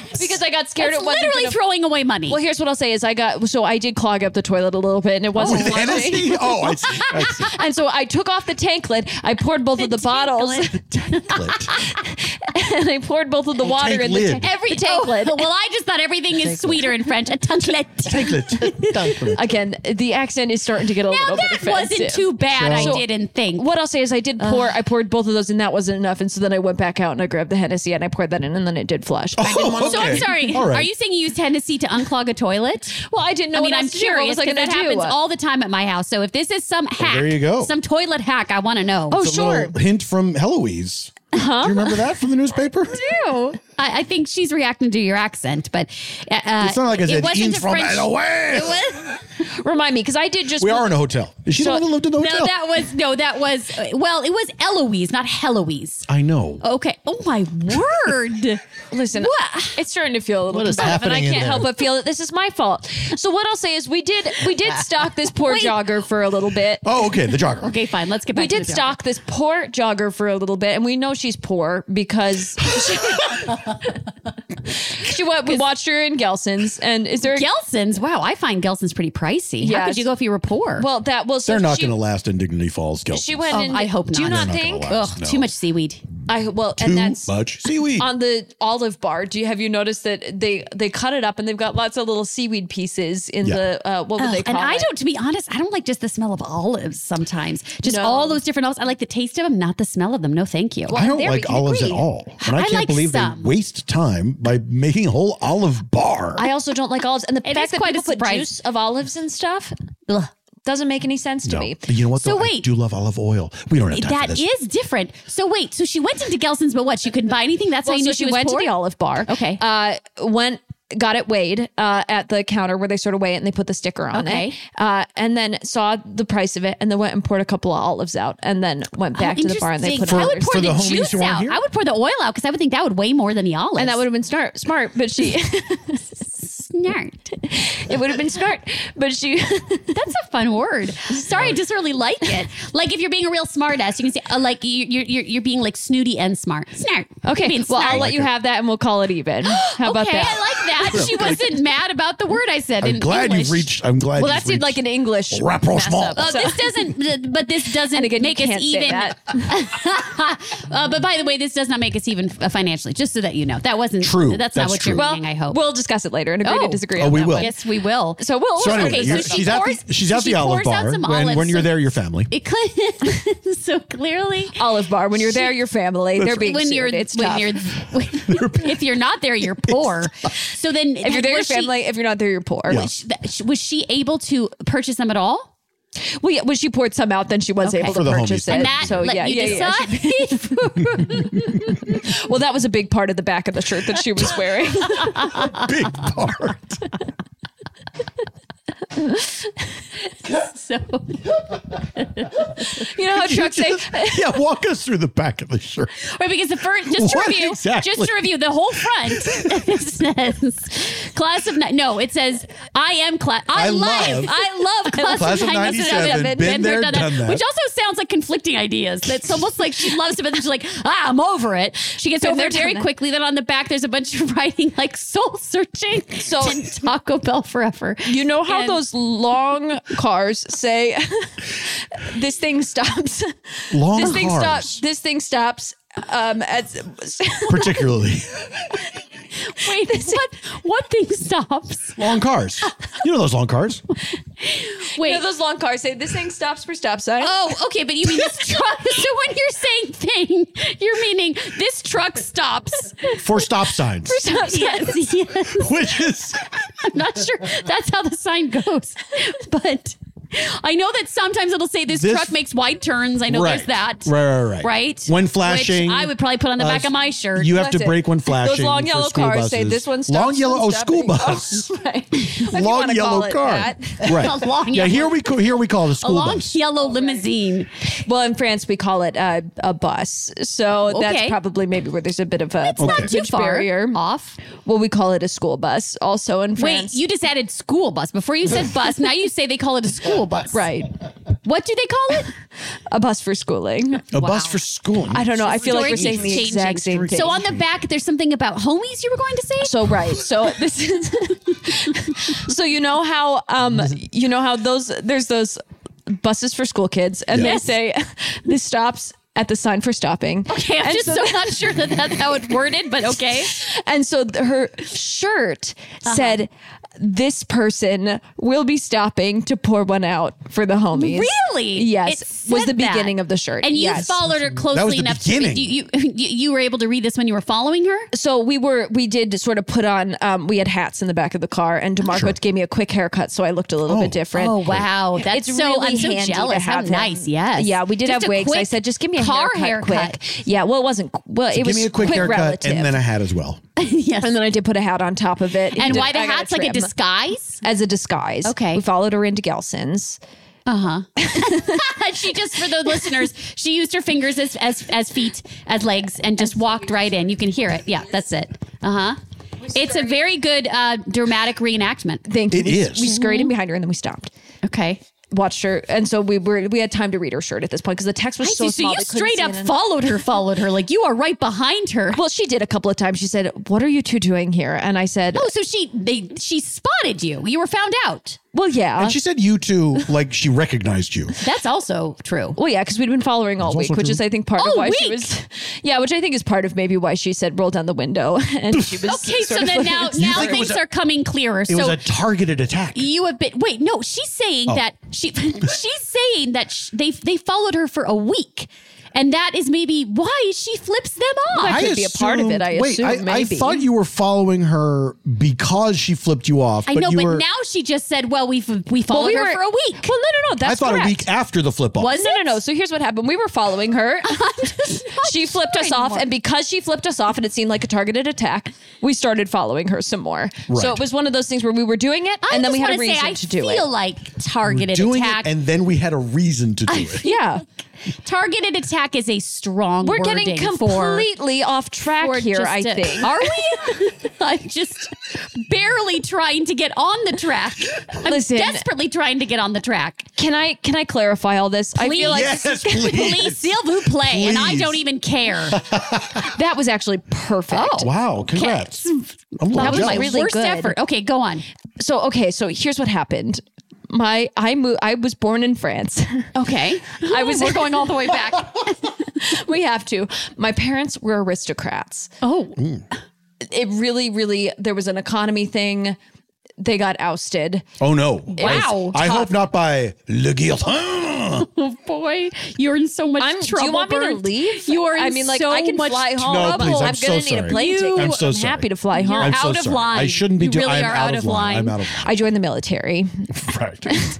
that
Because I got scared.
That's
it wasn't
literally
gonna-
throwing away money.
Well, here's what I'll say is I got so I did clog up the toilet a little bit, and it wasn't.
With
flushing.
Hennessy? Oh, I see. I see.
And so I took off the tank lid. I poured both of the bottles
Clit.
and I poured both of the water
tank
in the,
lid.
tank. Every, the tank lid.
oh, well, I just thought everything is sweeter in French. A tanklet.
Clit.
Again, the accent is starting to get a
Now
little bit
that
offensive.
wasn't too bad.
Sure.
I didn't think.
What I'll say is I did pour, I poured both of those and that wasn't enough. And so then I went back out and I grabbed the Hennessy and I poured that in and then it did flush. I didn't want-
So I'm sorry.
Oh, All right.
Are you saying you used Hennessy to unclog a toilet?
Well, I didn't know
I mean,
what
I'm
else to do. What
curious
was I
because that
gonna do?
happens all the time at my house. So if this is some hack,
there you go.
some toilet hack, I want to know.
Oh,
It's a
sure. Uh-huh.
little hint from Heloise. Do you remember that from the newspaper?
I, I think she's reacting to your accent, but uh,
It's not like I
it
said,
wasn't
Ian's
a
from
French-
LA.
It was-
Remind me, because I did just.
We are in a hotel. Is she the one that lived in the hotel?
no, that was no, that was well, it was Eloise, not Heloise.
I know.
Okay. Oh my word.
Listen,
What?
it's starting to feel a little
What is
rough, and I
happening in
can't
there?
help but feel that this is my fault. So what I'll say is we did we did stalk this poor jogger for a little bit.
Oh, okay. The jogger.
okay, fine. Let's get back.
we did
to the job.
stalk this poor jogger for a little bit, and we know she's poor because she, she went. We watched her in Gelson's, and is there
Gelson's. Wow, I find Gelson's pretty pricey. How
Yes.
could you go if you were poor?
Well, that well, so
They're not
she,
going to last in Dignity Falls, Kelsey.
She went.
Oh,
in,
I hope
Do you
not.
not
They're not
think?
gonna
Ugh,
last, no.
too much seaweed.
I well,
Too
and that's
much seaweed.
on the olive bar. Do you have you noticed that they they cut it up and they've got lots of little seaweed pieces in
Yeah.
the uh, what would they
Ugh,
call
and
it?
I don't, to be honest, I don't like just the smell of olives sometimes. Just
No.
all those different olives. I like the taste of them, not the smell of them. No, thank you.
I don't
there we
like
can
olives at
agree.
all. And I
I
can't
like
believe
some.
they waste time by making a whole olive bar.
I also don't like olives, and the
It
fact
is
that
quite a
people put
surprise.
juice of olives and stuff
Ugh.
doesn't make any sense to
no.
me.
But you know what?
So
though? I
wait.
do love olive oil. We don't have time for
That
this.
is different. So wait, so she went into Gelson's, but what? She couldn't buy anything. That's how
Well,
you knew
so she
she, was
went
poor?
to the olive bar.
Okay.
Uh, went got it weighed uh, at the counter where they sort of weigh it and they put the sticker on
Okay.
it. Uh, and then saw the price of it and then went and poured a couple of olives out and then went
Oh,
back to the bar and they put
interesting. I would
others.
pour
For
the,
the homies
juice
who aren't
out.
here?
I would pour the oil out because I would think that would weigh more than the olives.
and that would have been smart, smart, but she,
snart.
it would have been smart, but she,
That's a fun word. Sorry, I just really like it. Like if you're being a real smart ass, you can say uh, like you- you're, you're you're being like snooty and smart. Snart. You're
okay,
being
well,
snart.
I'll let you have that and we'll call it even. How about
okay,
that?
I like that. She wasn't mad about the word I said.
I'm
in
glad
English.
you've reached. I'm glad
well,
you've
that seemed
reached.
like an English mess
rapprochement.
up.
Oh,
so-
this doesn't. But this doesn't
And again, you
make
can't
us
say
even.
that.
uh, but by the way, this does not make us even uh, financially. Just so that you know, that wasn't
True.
That's, not
That's
what
true.
you're
well,
meaning. I hope.
we'll discuss it later and agree to
Oh.
disagree.
Oh,
on
we
that
will.
one.
yes, we will.
So we'll.
So anyway,
Okay, so
you're-
she
she's, at
pours-
the, she's at
she
the olive
pours out
bar.
some
And when
olives,
you're
so-
there, your family.
It cle- so clearly,
olive bar. When you're there, your family. They're being
when
sued.
you're
It's
when
tough.
you're if you're not there, you're poor. So then,
if you're there, your
was she-
family. if you're not there, you're poor.
was she- that- she- was she able to purchase them at all?
Well, yeah, when she poured some out, then she was
Okay.
able
For
to
the
purchase
homies.
it.
And that
so
let
yeah,
you
yeah, yeah,
decide.
she- well, that was a big part of the back of the shirt that she was wearing.
Big part.
so
you know how trucks say.
yeah, walk us through the back of the shirt.
Right, because the first, just to
What
review,
exactly?
just to review the whole front it says class of ni- no, it says I am class. I,
I
love,
love-
I love class,
Class of 97, been there, done that.
which also sounds like conflicting ideas. That's almost like she loves it, but then she's like, ah, I'm over it. She gets
Been
over
there,
it very
done that.
quickly. Then on the back, there's a bunch of writing like soul searching, so and Taco Bell forever.
You know how
And-
those long cars say, "This thing stops.
Long
this thing
cars.
stops. This thing stops." Um, at,
Particularly
Wait, what? What thing stops?
long cars. You know those long cars.
Wait, those long cars say this thing stops for stop sign.
Oh, okay, but you mean this truck? so when you're saying thing, you're meaning this truck stops.
for stop signs,
stop yes, yes.
which is
I'm not sure that's how the sign goes, but I know that sometimes it'll say this,
This-
truck makes wide turns. I know
right.
there's that.
Right, right, right.
Right?
When
Which
flashing,
I would probably put on the
uh,
back of my shirt.
You have to
That's it.
break when flashing.
Those long
for
yellow
school
cars say
buses.
this one stops.
Long yellow,
this
oh,
one's
school
stopping. Oh,
bus.
right. If you
long
wanna call
yellow
it
car.
that.
Right.
A long
yeah,
yellow-
here we co- here we call the
a
school
long
bus.
yellow limousine.
Well, in France, we call it uh, a bus. So
Okay.
that's probably maybe where there's a bit of a
Not too
language
far
barrier.
off.
Well, we call it a school bus also in France.
Wait, you just added school bus. Before you said bus, now you say they call it a school bus.
right.
What do they call it?
A bus for schooling.
A bus for school.
I don't know. I feel like we're
Story
saying
keeps
the
changing.
exact same thing.
So on the back, there's something about homies you were going to say?
So right. So this is So you know how um you know how those there's those buses for school kids and
Yes.
they say this stops at the sign for stopping.
okay, I'm
And
just so,
so-
not sure that that's how it worded, but okay.
And so th- her shirt said this person will be stopping to pour one out for the homies.
Really?
Yes.
It
was
said
the
that.
beginning of the shirt.
And you
yes.
followed her closely
the
enough
beginning.
to you, you you you were able to read this when you were following her?
so we were we did sort of put on um, we had hats in the back of the car and DeMarco gave me a quick haircut so I looked a little bit different.
Oh wow, that's
It's
so
really
I'm so
handy to
jealous. How
have him.
nice, yes.
Yeah, we did have
Just a
wigs. I
quick
said, just give me a
car
haircut, quick. Yeah, well, it wasn't. Well, it
Give
was
me a quick, haircut
relative. Uh-huh.
and then a hat as well.
yes.
And then I did put a hat on top of it.
And
did-
why the
I got
hat's like
trim
a disguise?
as a disguise.
Okay.
we followed her into Gelson's.
she just for the listeners, she used her fingers as as as feet, as legs, and just walked right in. You can hear it. Yeah, that's it. Uh huh. It's a very good uh, dramatic reenactment.
Thank you.
It
we,
is.
We scurried in behind her and then we stopped.
Okay.
Watched her, and so we were we had time to read her shirt at this point because the text was
I
so
see. So,
small.
you
we couldn't
straight
see
up
it in-
followed her, followed her. Like you are right behind her.
Well, she did a couple of times. She said, "What are you two doing here?" And I said,
Oh, so she they she spotted you. You were found out.
"Well, yeah."
And she said you two like she recognized you.
That's also true.
Well, yeah, because we'd been following all week,
also
which
true.
is, I think, part of
All
why she
week?
was. Yeah, which I think is part of maybe why she said roll down the window, and she was.
Okay, so
sort of
then
like-
now
You
now
think it was
things
a-
are coming clearer.
It was
so
a targeted attack.
you have been wait no she's
Oh.
saying that she she's saying that sh- they they followed her for a week and that is maybe why she flips them off
I could be a part of it, I
wait,
assume,
I,
maybe.
I thought you were following her because she flipped you off.
I know,
you
but
were,
now she just said, "Well, we've we followed
we
her
were-
for a week."
Well, no, no, no. That's
I thought
correct.
a week after the flip off.
Was no, no, no. So here's what happened. We were following her. she flipped us off,
anymore.
and because she flipped us off, and it seemed like a targeted attack, we started following her some more. So it was one of those things where we were doing it,
I
and then
just
we had a
wanna
reason
say, I
to do
feel
it.
like
We're
targeted
doing
attack.
it, and then we had a reason to do it.
yeah,
targeted attack is a strong.
we're getting
wording for-
completely off track
for
here.
just
I
a-
think.
Are we? I'm just barely trying to get on the track. I'm
Listen.
desperately trying to get on the track.
Can I can I clarify all this? I feel like
Yes, please.
Please, s'il vous plaît, and I
Please.
don't even care.
that was actually perfect.
Wow, congrats. I'm a little
That was my
jealous.
really
worst
good.
effort. Okay, go on.
So okay, so here's what happened. My I moved, I was born in France.
Okay,
I was
We're going all the way back.
we have to. My parents were aristocrats.
Oh,
It really really there was an economy thing. They got ousted.
Oh no.
Wow,
I, I
tough.
hope not by Le Guillotin.
boy, you're in so much
I'm, do
trouble.
you want me to
Bert.
leave?
You are. In
I mean, like
so
I can
much
fly home.
No, please, I'm
I'm,
so
gonna need
sorry.
a plane
You-
ticket.
I'm so sorry.
happy to fly home.
I'm so
out of
sorry.
line.
I shouldn't be
You
doing
really
I'm
are
out,
out
of
of
line. I'm out
line.
of line.
I joined the military,
right.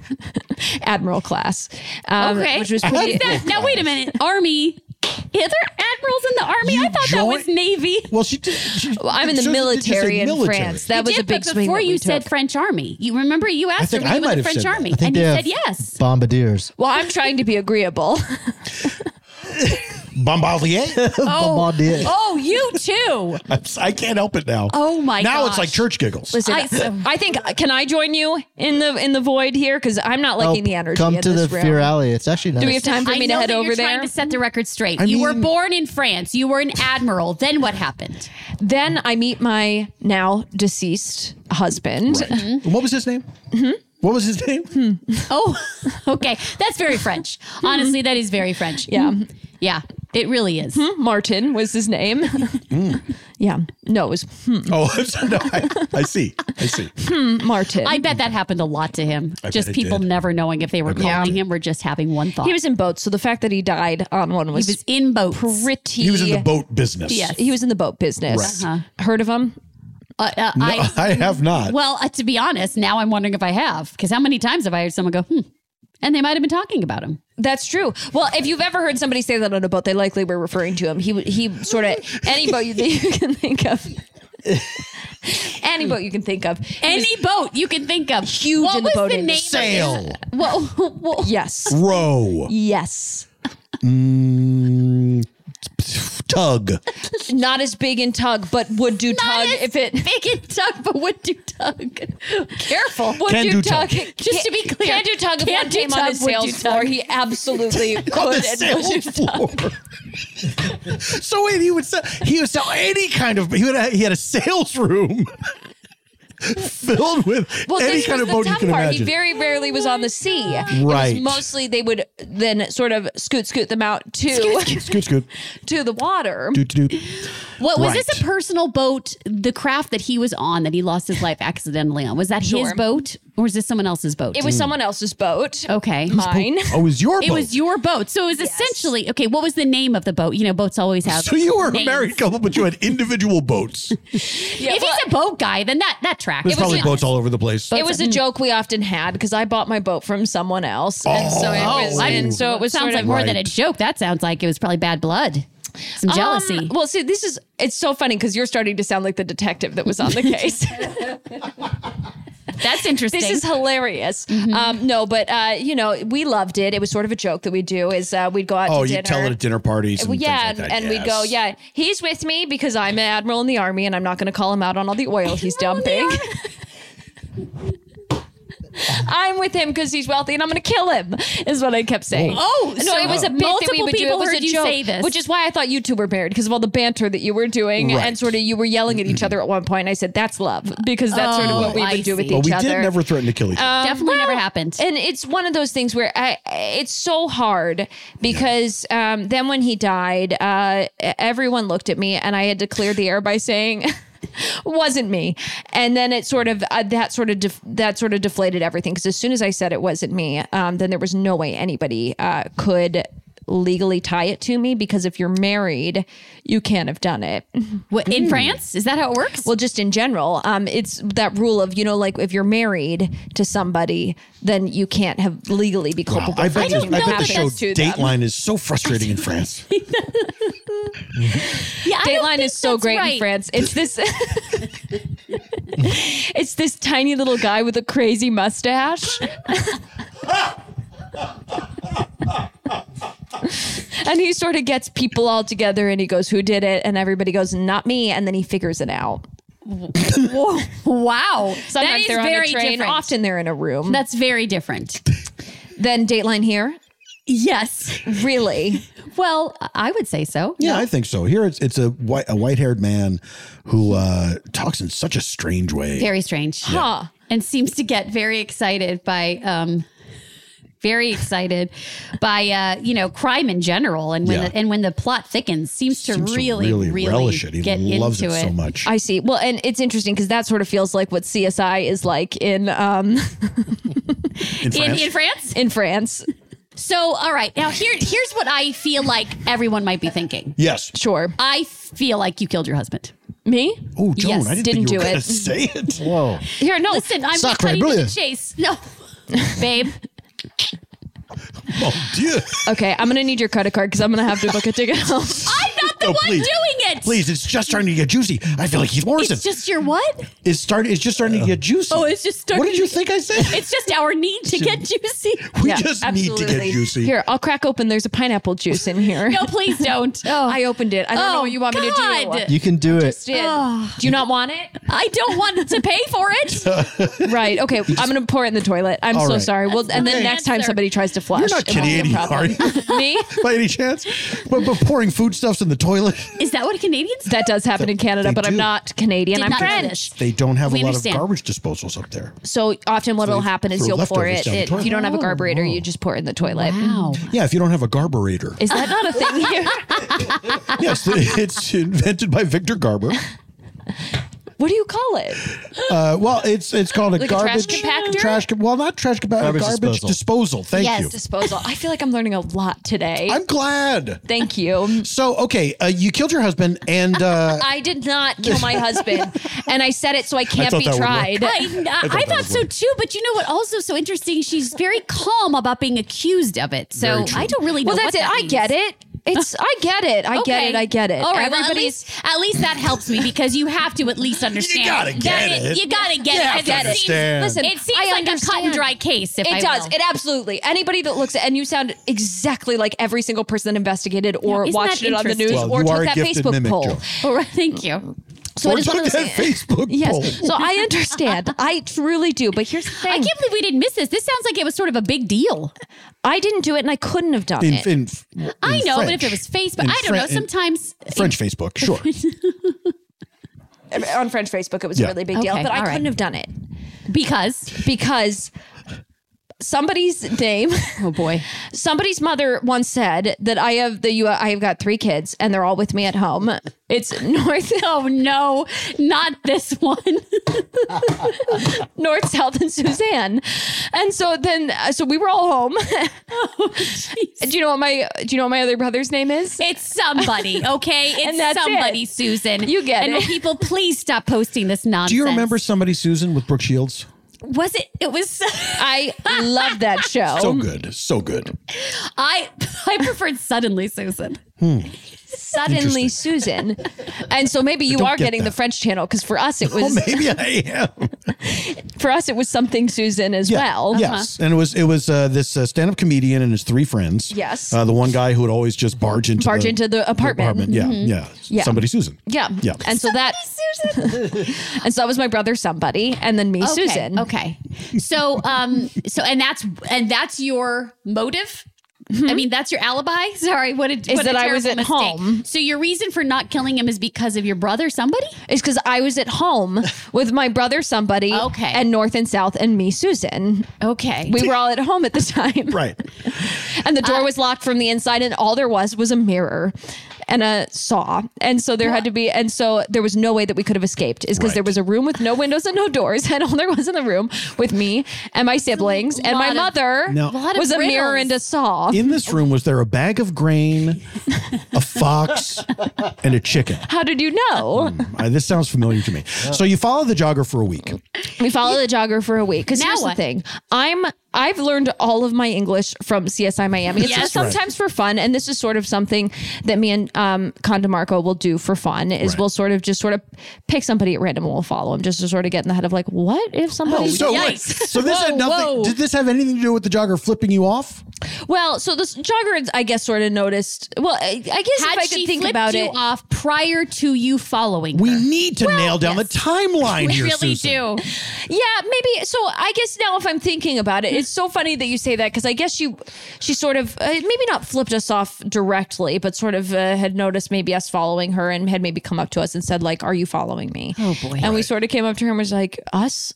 admiral class, um,
Okay.
which was
What
pretty.
is that? Now wait a minute. Army. Are there admirals in the army?
You
I thought that was
join-
Navy.
Well, she did. She,
Well, I'm in the
she did say
military in
military.
France. That
You
was
did,
a big
but
swing.
before
that
you
we
said
took.
French Army. You remember you asked her
think
were
I
you in
might
the
have
French
said that.
Army,
I
and
they
you
have
said yes.
Bombardiers.
Well, I'm trying to be agreeable.
Bombardier.
Bombardier.
Oh, you too.
I'm s- I can't help it now.
Oh, my
Now it's
gosh.
like church giggles.
Listen,
I-
I, think can I join you in the in the void here because I'm not liking the energy.
Come
in
to the
this room.
Fear Alley. It's actually nice.
Do we have time for
I
me to
know
head
that
over
you're
there?
trying to set the record straight.
I
you were
mean-
born in France. You were an admiral. Then what happened?
then I meet my now deceased husband.
Right. And What was his name? What was his name?
Oh, okay. That's very French. Honestly, that is very French.
Yeah.
Mm-hmm. Yeah. It really is.
Hmm, Martin was his name. yeah. No, it was hmm,
Oh, no, I, I see. I see.
hmm, Martin.
I bet that happened a lot to him.
I
just
bet it
people
did.
never knowing if they were
bet it
calling
did.
him or just having one thought.
he was in boats, so the fact that he died on one was,
He was in boats.
pretty.
He was in the boat business.
Yes, he was in the boat business.
Uh-huh.
Heard of him?
Uh, uh,
No, I,
I,
have not.
well, uh, to be honest, now I'm wondering if I have because how many times have I heard someone go, hmm, and they might have been talking about him.
That's true. Well, if you've ever heard somebody say that on a boat, they likely were referring to him. He w- he sort of any boat you, that you can think of. any boat you can think of.
Any boat you can think of, huge
in the boat
name?
industry.
Sail.
Well, well,
Yes.
Row.
Yes.
Mm, tug.
Not as big in tug, but would do tug
as
if it
big and tug, but would do tug. Careful,
would
Can do tug.
Just to be clear,
can do tug if
can
one
do
came on
tug,
his
would do
sales
tug.
floor. He absolutely
On the
could and
sail
would.
floor. Oh, so wait, he would sell. He would sell any kind of. He would. He had a sales room filled with
Well,
any
this
kind of
was the
boat you
tough
can
part. He
imagine.
very rarely was on the sea. It was
Right.
mostly they would then sort of scoot scoot them out to
scoot, scoot,
to the water.
doot, doot, doot.
What was
Right.
this a personal boat? The craft that he was on that he lost his life accidentally on was that his
Sure.
boat or was this someone else's boat? Hmm.
It was someone else's boat.
okay.
Mine.
Oh, it was your
It
boat.
was your boat, so it was essentially okay. What was the name of the boat? You know, boats always have.
so you were a
names.
married couple, but you had individual boats.
Yeah,
if he's a boat guy, then that that tracks.
There's probably boats all over the place.
it was a joke we often had because I bought my boat from someone else, and so it was,
Oh.
and so it was
sounds
sort
like
of
more than a
Right.
joke. That sounds like it was probably bad blood, some jealousy.
Um, well, see, this is it's so funny because you're starting to sound like the detective that was on the case.
That's interesting. Mm-hmm.
this is hilarious. Um, no, but uh, you know, we loved it. It was sort of a joke that we do is uh, we'd go out.
oh,
to
you
dinner.
tell it at dinner parties. And
Well, yeah,
things like that,
and we'd go,
yes.
yeah, he's with me because I'm an admiral in the army, and I'm not going to call him out on all the oil he's dumping. I'm with him because he's wealthy, and I'm going to kill him. Is what I kept saying.
Oh,
no,
so
it was a bit that we
multiple
would do. It
people
was
heard
a
you
joke,
say this.
which is why I thought you two were married because of all the banter that you were doing,
Right.
and sort of you were yelling at each other at one point. I said that's love because that's sort of
Oh,
what we would
I
do with
see.
But
each
we
other.
did never threaten to kill each other.
Um,
Definitely never happened.
And it's one of those things where I, it's so hard because um, then when he died, uh, everyone looked at me and I had to clear the air by saying, wasn't me. And then it sort of uh, that sort of def- that sort of deflated everything because as soon as I said it wasn't me, um, then there was no way anybody uh, could legally tie it to me because if you're married, you can't have done it.
What, in France, is that how it works?
Hmm. Well, just in general, um, it's that rule of you know, like if you're married to somebody, then you can't have legally be
Wow,
culpable.
I
for
bet,
anything
the, I
that
bet the
happens
show
to them.
Dateline is so frustrating in France.
yeah, I don't
Dateline
think
is so
that's
great in
right.
France. It's this. it's this tiny little guy with a crazy mustache. and he sort of gets people all together and he goes, Who did it? And everybody goes, Not me. And then he figures it out.
Wow, that
Sometimes
is
they're on a
very
train.
different.
Often they're in a room.
that's very different.
Then Dateline here.
yes.
Really?
Well, I would say so.
Yeah, I think so. Here it's it's a white a white haired man who uh, talks in such a strange way.
Very strange.
Huh.
And seems to get very excited by um very excited by uh, you know, crime in general and when
Yeah.
the, and when the plot thickens seems to
Seems to
really, really,
relish it. He
get
loves it,
into it.
so much.
I see. Well, and it's interesting because that sort of feels like what CSI is like in um,
in France,
In, in France?
in France.
So, all right. Now here here's what I feel like everyone might be thinking.
yes.
Sure.
I feel like you killed your husband.
Me?
Oh, Joan,
Yes,
I didn't,
didn't
think you
do
were gonna
it.
say it.
Whoa.
Here, no. Listen, I'm just
Sacre
cutting to the
bleu.
chase. No. Babe.
Oh, dear.
Okay, I'm gonna need your credit card because I'm gonna have to book a ticket home.
I'm not the
No,
one
please.
doing it.
Please, it's just starting to get juicy. I feel like Keith Morrison.
It's just your what?
it's start. It's just starting to get juicy.
Oh, it's just starting
What did you
to-
think I said?
It's just our need to get juicy.
we just need to get juicy.
Here, I'll crack open. There's a pineapple juice in here.
No, please don't. oh.
I opened it. I don't know
Oh,
what you want me to do.
God.
You can do it.
Did. Do you not want it?
I don't want to pay for it.
Right. Okay. I'm gonna pour it in the toilet. I'm
All
so
right.
sorry. Well, and then
Okay.
next time
Answer.
somebody tries to flush,
You're not
it won't be a
Canadian,
problem.
are you?
Me?
By any chance? But, but pouring foodstuffs in the toilet.
Is that what Canadians?
That does happen in Canada,
They
but I'm
do.
not Canadian.
Did
I'm
not know
French.
They don't have
We
a lot
understand.
of garbage disposals up there.
So often what will
they
happen is
throw
you'll pour
leftovers
it.
down the
it
toilet.
you don't have a
Oh,
carburetor, you just pour it in the toilet.
Wow.
Yeah, if you don't have a garburator.
Is that not a thing here?
yes, it's invented by Victor Garber.
what do you call it?
Uh, well, it's it's called a
Like a
garbage
trash compactor?
trash com- well, not trash compactor, garbage,
Garbage
disposal.
disposal.
Thank
yes,
you.
disposal. I feel like I'm learning a lot today.
I'm glad.
Thank you.
So, okay, uh, you killed your husband, and uh,
I did not kill my husband, and I said it so I can't
thought
be
that would work.
tried.
I, I,
that
thought
was
so
weird.
too, but you know what? Also, so interesting. She's very calm about being accused of it. So
Very true.
I don't really know.
Well, that's
what
it.
that
I
means.
get it. It's I get it. I get
Okay.
it. I get it.
All right. well, at
Everybody's
least, at least that helps me because you have to at least understand.
gotta
that
get it.
You gotta get
Yeah,
it.
I
because it.
understand.
Seems, listen, it seems
I
like a cut and
understand.
dry case. If
it
I
does.
will.
It absolutely. Anybody that looks at and you sound exactly like every single person that investigated or
isn't
watched
that
it on the news
interesting?
Well,
or
you are a
took that
gifted
Facebook
mimic,
poll.
Joe.
All right. Thank you.
So I
Or
just want
took
to
that
say,
Facebook poll.
yes. So I understand. I truly do. But here's the thing:
I
I,
can't believe we didn't miss this. This sounds like it was sort of a big deal.
didn't do it, and I couldn't have done
in,
it.
in, in
I know,
French.
but if it was Facebook,
In
I don't
Fran-
know.
in
Sometimes
French Facebook, sure.
on French Facebook, it was
Yeah.
a really big deal,
Okay,
Oh, but I
all right.
couldn't have done it
because
because somebody's name.
oh boy,
Somebody's mother once said that I have the you I have got three kids and they're all with me at home. It's north,
oh no, not this one.
north, south, and Suzanne, and so then uh, so we were all home. do you know what my do you know what my other brother's name is?
It's somebody, okay? It's
that's it.
somebody, Susan.
You get
and
it.
will people please stop posting this nonsense?
Do you remember somebody, Susan, with Brooke Shields?
Was it? It was.
I love that show.
So good, so good.
I I preferred suddenly, Susan.
Suddenly,
Interesting.
Susan, and so maybe you
don't
are
get
getting
that.
the French channel because for us it
Well,
was
maybe I am.
for us it was something Susan as well. Uh-huh.
Yes, and it was it was uh, this uh, stand-up comedian and his three friends.
Yes.
uh, the one guy who would always just barge into
Barge
the,
into the apartment. Mm-hmm.
Yeah, yeah,
Yeah.
Somebody, Susan.
Yeah.
yeah.
And so that and so that was my brother somebody and then me
Okay,
Susan.
Okay. So um. So and that's and that's your motive. I mean, that's your alibi. Sorry, what did
Mm-hmm. Is
what a
that I was
terrible
at
mistake.
home.
So your reason for not killing him is because of your brother, somebody.
It's because I was at home with my brother, somebody,
Okay.
and North and South, and me, Susan.
Okay.
We were all at home at the time,
Right.
and the door was locked from the inside, and all there was was a mirror and a saw, and so there had to be, and so there was no way that we could have escaped, is because there
Right.
was a room with no windows and no doors, and all there was in the room with me and my siblings, and my
lot of-
mother
Now-
lot of
was a mirror
riddles.
and a saw.
In this room was there a bag of grain, a fox, and a chicken?
How did you know?
Uh, this sounds familiar to me. So you follow the jogger for a week.
We follow the jogger for a week. Because
Now
here's the
what?
thing: I'm I've learned all of my English from CSI Miami. It's
Yes.
just sometimes for fun, and this is sort of something that me and um, Conda Marco will do for fun. Is
Right.
we'll sort of just sort of pick somebody at random and we'll follow them just to sort of get in the head of like, what if somebody?
So wait,
yikes.
so this had
Whoa,
nothing.
whoa.
Did this have anything to do with the jogger flipping you off?
well, so this jogger, I guess, sort of noticed. Well, I, I guess
Had
if I
she
could think
flipped
about
you
it,
off prior to you following
We
her?
need to nail down
yes.
the timeline
we
here,
really
Susan.
do.
Yeah, maybe. So I guess now, if I'm thinking about it, it's so funny that you say that because I guess she, she sort of uh, maybe not flipped us off directly, but sort of uh, had noticed maybe us following her and had maybe come up to us and said like, "Are you following me?" Oh boy! And we sort of came up to her and was like, "Us."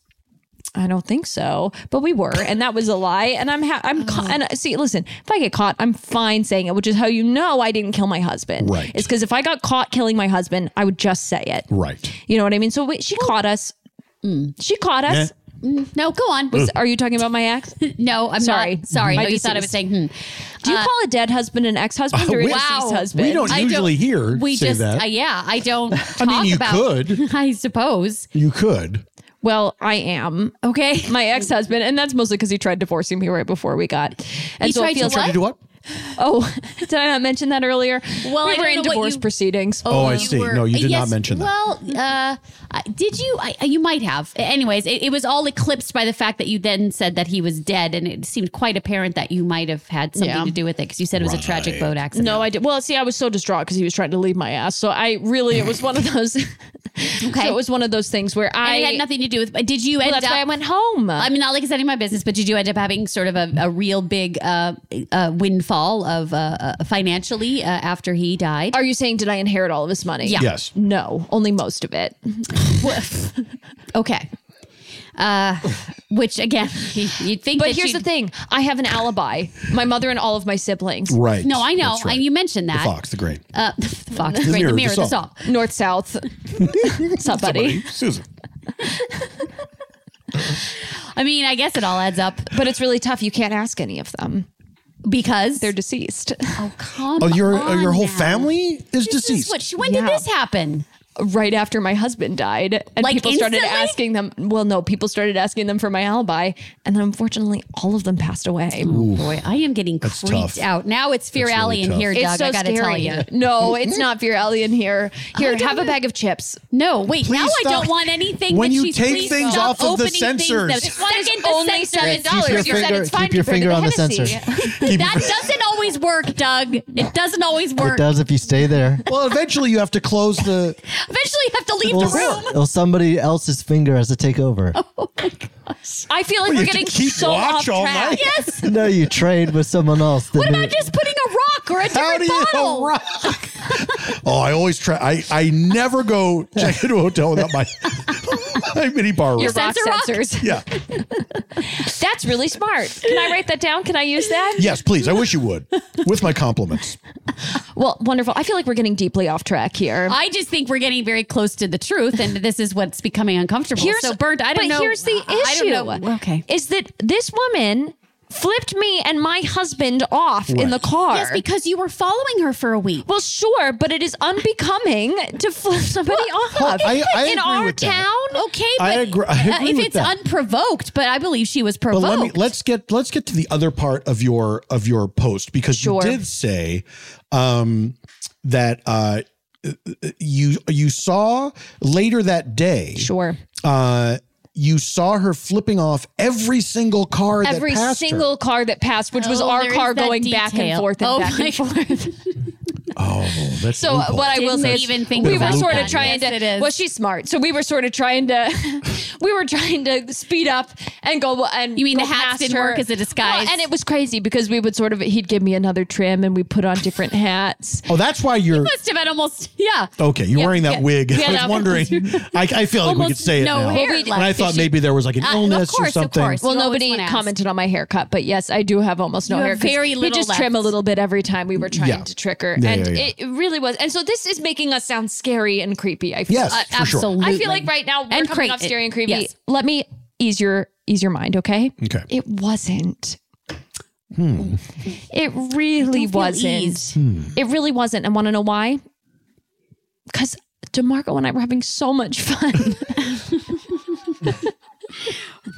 I don't think so, but we were, and that was a lie. And I'm, ha- I'm, ca- and uh, see, listen, if I get caught, I'm fine saying it, which is how you know I didn't kill my husband.
Right.
It's because if I got caught killing my husband, I would just say it.
Right.
You know what I mean? So we, she caught us. She caught us.
Eh.
No, go on.
Are you talking about my ex? Do
no, I'm
Sorry. Mm-hmm.
not. Sorry.
My
No, you thought I was
deceased.
saying, hmm.
you call a dead husband an ex-husband
Oh,
or a
we-
deceased
Wow.
husband?
We don't
I don't-
usually hear
We
say
just,
that.
uh, yeah, I don't. Talk
I mean, you
about,
could.
I suppose.
you could.
Well, I am
Okay.
my ex-husband, and that's mostly because he tried divorcing me right before we got. And
He
so
tried
it
to
feels
what?
You do what?
Oh, did I not mention that earlier?
Well, I
we
don't
were in
know what
divorce
you-
proceedings.
Oh, I
you
see. No, you did not mention that.
Well, uh, I- did you? I, uh, you might have. Anyways, it, it was all eclipsed by the fact that you then said that he was dead, and it seemed quite apparent that you might have had something
Yeah.
to do with it because you said it was a tragic
Right.
boat accident.
No, I did. Well, see, I was so distraught because he was trying to leave my ass. So I really, it was one of those. So it was one of those things where I
And it had nothing to do with. Did you
Well,
end
that's
up?
why I went home.
I mean, not like it's any of my business, but did you end up having sort of a, a real big uh, uh, windfall of uh, uh, financially uh, after he died?
Are you saying did I inherit all of his money?
Yeah.
Yes.
No, only most of it.
okay. Uh, which again, you- you'd think.
But
that
here's the
you'd-
thing: I have an alibi. My mother and all of my siblings.
Right.
No, I know,
That's right.
and you mentioned
The
that.
fox, the great.
Uh, the fox, the,
The
great,
mirror, the
the mirror, the
song.
song.
North South. Somebody.
Susan.
I mean, I guess it all adds up
But it's really tough. You can't ask any of them.
because
They're deceased.
Oh, come
Oh, your
on
your whole
now.
family is
This
deceased.
is what she, when
Yeah.
did this happen?
Right after my husband died, and
Like
people started
instantly?
asking them. Well, no, people started asking them for my alibi, and then unfortunately, all of them passed away.
Boy, I am getting creeped
tough.
out. Now it's Fear
That's really
Alley in
tough.
here,
It's
Doug.
so
I gotta tell
scary.
you.
No, it's Oh, not Fear Alley in here. Here,
don't
have a
know.
bag of chips.
No, wait. now
Please
I
stop.
don't want anything.
When
that
you
she's-
take
please
things off
stop
of the
opening things that-
sensors.
This
This
one
is
is
only
only seven
Right,
Keep your
dollars. You said
finger,
it's fine.
keep your
to go to
finger
the
on the
Hennessy.
sensor.
That doesn't always work, Doug. It doesn't always
It
work.
does if you stay there.
well, eventually you have to close the.
Eventually, you have to leave
Well,
the room. Oh.
well, somebody else's finger has to take over.
I feel like
you
we're
have to
getting
keep
so
watch
off
all
track.
night.
Yes.
no, you trade with someone else.
What about just putting a rock or a
How
different
do you
bottle?
rock? oh, I always try. I I never go check into a hotel without my my mini bar room.
Your rock
Sensor rock?
sensors.
Yeah.
That's really smart. Can I write that down? Can I use that?
Yes, please. I wish you would. With my compliments.
Well, wonderful. I feel like we're getting deeply off track here.
I just think we're getting very close to the truth, and this is what's becoming uncomfortable. so, Bernd, I don't
but
know.
Here's the issue.
I don't know. Okay.
Is that this woman flipped me and my husband off in the car?
Yes, because you were following her for a week.
well, sure, but it is unbecoming to flip somebody off
I- I
in
agree
our
with that.
town.
Okay, but
I agree- I
uh,
agree
if
with
it's
that.
unprovoked, but I believe she was
But
provoked.
let me let's get let's get to the other part of your of your post because
Sure.
you did say um that uh you you saw later that day
Sure.
uh you saw her flipping off every single car
Every
that passed her.
single car that passed, which was
Oh,
our
there
car
is that
going back and
detail.
forth and
Oh
back
my
and forth.
Oh, that's
So uh,
loophole.
what I will
Didn't
say is
even think
we
about
were sort
that.
of trying
Yes, it
to.
is.
Well, she's smart, so we were sort of trying to. we were trying to speed up and go and
You mean
go
the hats
past
didn't
her.
work as a disguise?
Well, and it was crazy because we would sort of he'd give me another trim and we put on different hats.
oh, that's why you're
must have been almost yeah.
okay. You're wearing that
yeah.
wig.
Yeah,
I was
no.
wondering. I, I feel like we could
Almost
say it
no
now.
hair
and
left.
I thought maybe there was like an
Uh, of
illness
course,
or
of
something.
course.
Well,
You always
nobody
wanna ask.
commented on my haircut, but yes, I do have almost no
You have
hair. 'cause
very
we
little
just trim a
left.
little bit every time we were trying
Yeah.
to trick her,
Yeah,
and
yeah, yeah.
it really was. And so this is making us sound scary and creepy. I feel.
Yes,
Uh,
for sure.
absolutely.
I feel like right now we're
And
coming
cra-
off scary and creepy.
yes.
Let me ease your ease your mind, okay?
Okay.
It wasn't. It really
I Hmm. don't feel
wasn't. Hmm.
eased.
It really wasn't. And want to know why? Because DeMarco and I were having so much fun.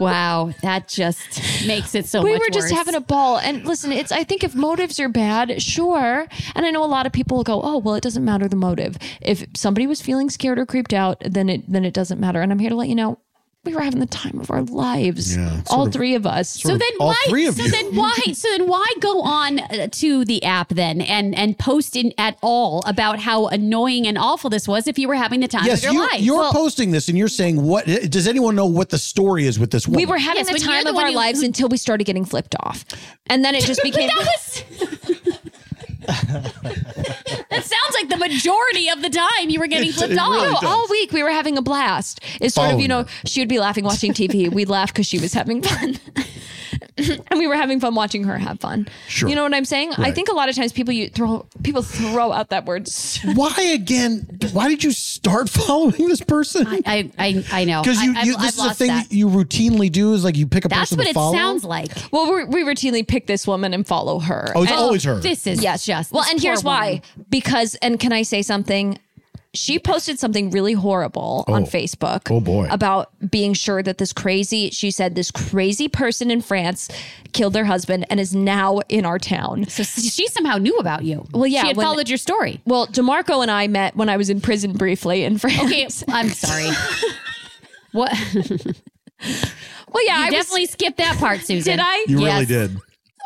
Wow, that just makes it so.
we
much
were just
worse.
having a ball. And listen, it's I think if motives are bad, sure. And I know a lot of people go, "Oh, well, it doesn't matter the motive. If somebody was feeling scared or creeped out, then it then it doesn't matter." And I'm here to let you know. We were having the time of our lives,
Yeah, sort
all
of-
three of us.
So
of
then
all
why?
three of
so
you.
then why? So then why go on uh, to the app then and and post in at all about how annoying and awful this was if you were having the time
Yes,
of your
you,
life?
you're posting this and you're saying what? Does anyone know what the story is with this woman?
We were having
Yes,
the
when you're
time
the
of
one
our
who-
lives until we started getting flipped off. And then it just became
that was. that sounds like the majority of the time you were getting
It-
flipped
it
off.
really
No,
does.
all week we were having a blast. It's sort of,
Following
you know,
her.
she would be laughing watching TV. We'd laugh because she was having fun. and we were having fun watching her have fun.
Sure.
You know what I'm saying? I
Right.
think a lot of times people you throw people throw out that word. so-
why again? Why did you start following this person?
I I, I know
Because you,
I, I've-
you
I've
this is a
lost
thing
that.
that. you routinely do is like you pick a
That's
person
what
to
it
follow.
sounds like.
Well, we, we routinely pick this woman and follow her.
Oh, it's
And-
always her.
This is just
Well,
this
and
poor
here's why.
woman.
Because and can I say something? She posted something really horrible on
Oh.
Facebook.
Oh, boy.
About being sure that this crazy, she said, this crazy person in France killed their husband and is now in our town.
So she somehow knew about you.
Well, yeah,
she had
when-
followed your story.
Well, Demarco and I met when I was in prison briefly in France.
Okay, I'm sorry. what? You
Well, yeah, I was-
definitely skipped that part, Susan.
did I?
You
Yes.
really did.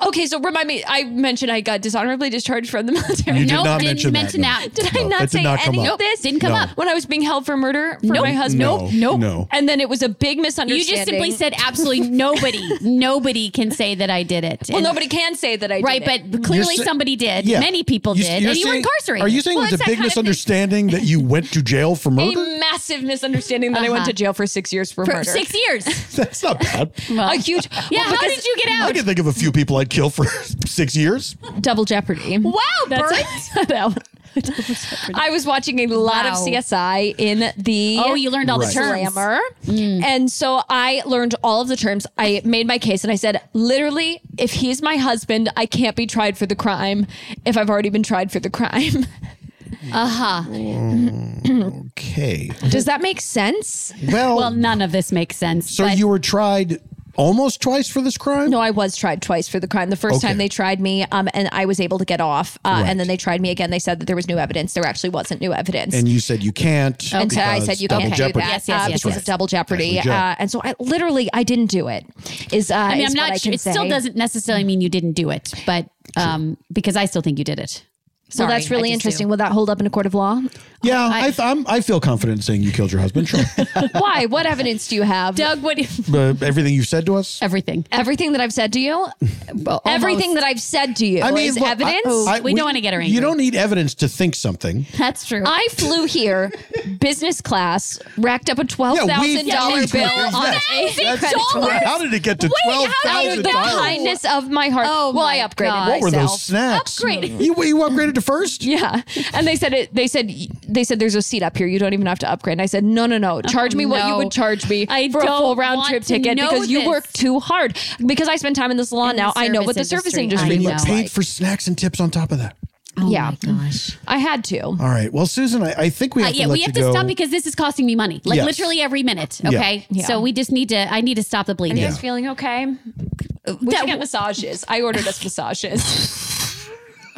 Okay, so remind me. I mentioned I got dishonorably discharged from the military.
You did Nope, not didn't mention that, mention no. that.
Did I
No, that
not
did
say
not come
anything
up.
of this?
Didn't come No. up.
when I was being held for murder for
Nope.
my husband.
No, Nope. no.
And then it was a big
You
misunderstanding.
just simply said absolutely nobody, nobody can say that I did it.
Well,
And-
nobody can say that I did
Right,
it.
but clearly
You're sa-
somebody did.
Yeah.
Many people
You-
did,
you're
and you were
saying-
incarcerated.
Are you saying
Well,
it was a
it's that
big
kind of thing.
misunderstanding that you went to jail for murder?
a massive misunderstanding that I went
Uh-huh.
to jail for six years for,
for
murder.
six years?
That's not bad.
Well,
a huge.
yeah.
well,
how
because
did you get
I
out?
can think of a few people I'd kill for six years.
double jeopardy?
Wow,
That's-
Bert.
I was watching a lot of
Wow.
CSI in the
oh, you learned all the
Right.
terms.
slammer. And so I learned all of the terms. I made my case and I said, literally, if he's my husband, I can't be tried for the crime if I've already been tried for the crime.
Okay.
Does that make sense?
Well,
Well, none of this makes sense.
so
but
you were tried almost twice for this crime?
No, I was tried twice for the crime. The first
Okay.
time they tried me, um, and I was able to get off. Uh,
Right.
And then they tried me again. They said that there was new evidence. There actually wasn't new evidence.
And you said you can't.
and so I
because
said you
double
can't do
jeopardy.
that
Yes, yes,
uh,
yes,
because
yes.
of double jeopardy.
That's what
Uh, and so I literally I didn't do it. Is uh,
I
is
mean,
what
I'm not.
I
sure.
can
It still
say.
doesn't necessarily mean you didn't do it, but um, because I still think you did it. So
well, that's really interesting. Will that hold up in a court of law?
Yeah, I, I, am I feel confident saying you killed your husband. Sure.
Why? What evidence do you have?
Doug, what?
but everything you've said to us.
Everything.
everything that I've said to you, everything that I've said to you is
look, I- oh,
evidence. I,
I-
We don't wanna get her angry.
You don't need evidence to think something.
That's true.
flew here, business class, racked up a twelve thousand dollar
flew
bill
here.
on
Yes.
a
That's-
credit card.
How did it get to twelve
Out
thousand
of the
dollars?
kindness of my heart.
Oh
well, I
my
upgraded
God.
What were those
myself.
snacks?
Upgraded.
You, you upgraded to first.
Yeah, and they said it. They said they said there's a seat up here. You don't even have to upgrade. And I said no, no, no. Charge me what you
no.
would charge me
I
for a full
don't
round
want
trip
to
ticket
know
because you
this.
work too hard. Because I spend time in the salon
In the
now, I know
service
what the service industry
industry.
And you
I know.
looks
paid
like.
for snacks and tips on top of that.
oh
yeah.
my gosh.
I had to.
All right. Well, Susan, I, I think we
Uh,
have to
yeah,
let
we
you
have to
go.
stop because this is costing me money. Like
Yes.
literally every minute.
Yeah.
Okay.
Yeah.
So we just need to. I need to stop the bleeding.
Yeah.
feeling okay? We should get massages. I ordered us massages.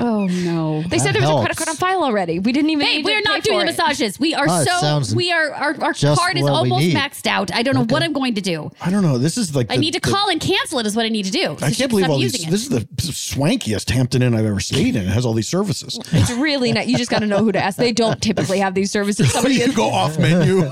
Oh no.
They said
That
there was a credit
helps.
card on file already. We didn't even.
Hey,
need
we
to
are
pay
not
for
doing the
it.
massoges. We are
Oh, it sounds
so. We are. Our, our
just
card is
what we
almost
need.
maxed out. I don't know what I'm going to do.
I don't know. This is like
I
the-
need to
the-
call and cancel it. Is what I need to do. So
I
she can
can't believe
stop
all these.
using it.
This is the swankiest Hampton Inn I've ever stayed in. It has all these services.
It's really not. You just got to know who to ask. They don't typically have these services. Somebody,
you go off menu.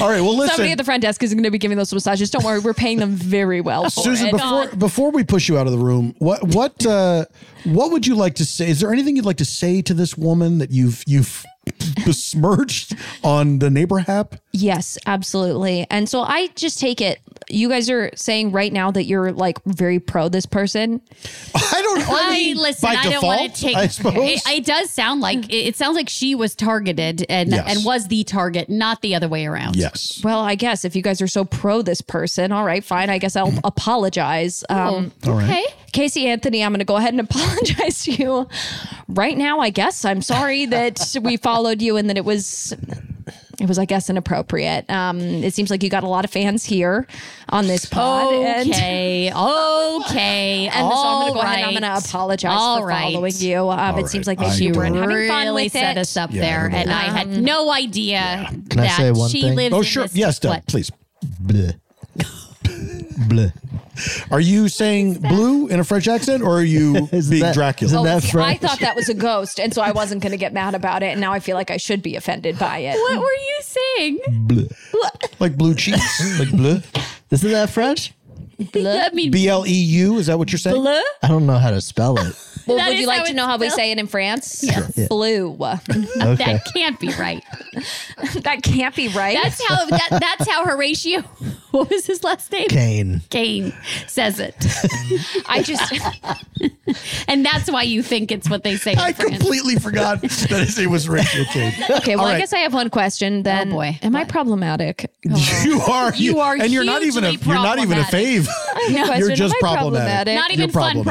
all right. Well, listen.
somebody at the front desk is going to be giving those massages. Don't worry, we're paying them very well. For
Susan,
uh,
it.
before before we push you out of the room, what what uh, what would you like to say? Is there anything you'd like to say to this woman that you've you've besmirched on the neighbor hap?
Yes, absolutely. And so I just take it. You guys are saying right now that you're like very pro this person.
I don't. I,
I
mean,
listen.
by
I don't
default,
want to take.
I suppose.
It, it does sound like it, it sounds like she was targeted and
Yes.
and was the target, not the other way around.
yes.
Well, I guess if you guys are so pro this person, all right, fine. I guess I'll apologize. Um,
All right.
Okay.
Casey Anthony, I'm going to go ahead and apologize to you right now. I guess I'm sorry that we followed you and that it was. It was, I guess, inappropriate. Um, it seems like you got a lot of fans here on this pod. and-
Okay. Okay.
And so I'm going to go
All
ahead and I'm going
right.
to apologize
All
for
right.
following you. Um, it
right.
seems like
I
maybe you
do.
weren't having
really
fun with
set
it.
us up
Yeah,
there,
I know.
and I had no idea
I
that
say one
she
thing?
lives.
Oh
in
sure.
this-
Yes, Doug.
what?
Please.
Bleh. Bleh.
Are you saying blue in a French accent, or are you
Is
being
that-
Dracula?
isn't that
See, I
French?
thought that was a ghost, and so I wasn't going to get mad about it. And now I feel like I should be offended by it.
What were you saying?
like blue cheese? like blue?
Isn't that French?
I mean,
B L E U? Is that what you're saying?
I don't know how to spell it.
Well,
That
would
is
you like
how
to
it's
know how we
spelled.
say it in France?
Yes.
Yeah.
Blue.
Okay.
that can't be right.
that can't be right.
That's how that, that's how Horatio. What was his last name?
Kane.
Kane says it,
I just
and that's why you think it's what they say. in
I
France.
completely forgot that his name was Rachel Kane.
okay. Well,
All
I
right.
guess I have one question. Then,
boy.
am I problematic?
You are
You are
and you're not even a
hugely
you're not even a
problematic.
fave.
Question,
You're just
am I
problematic.
Not even
You're
fun.
problematic.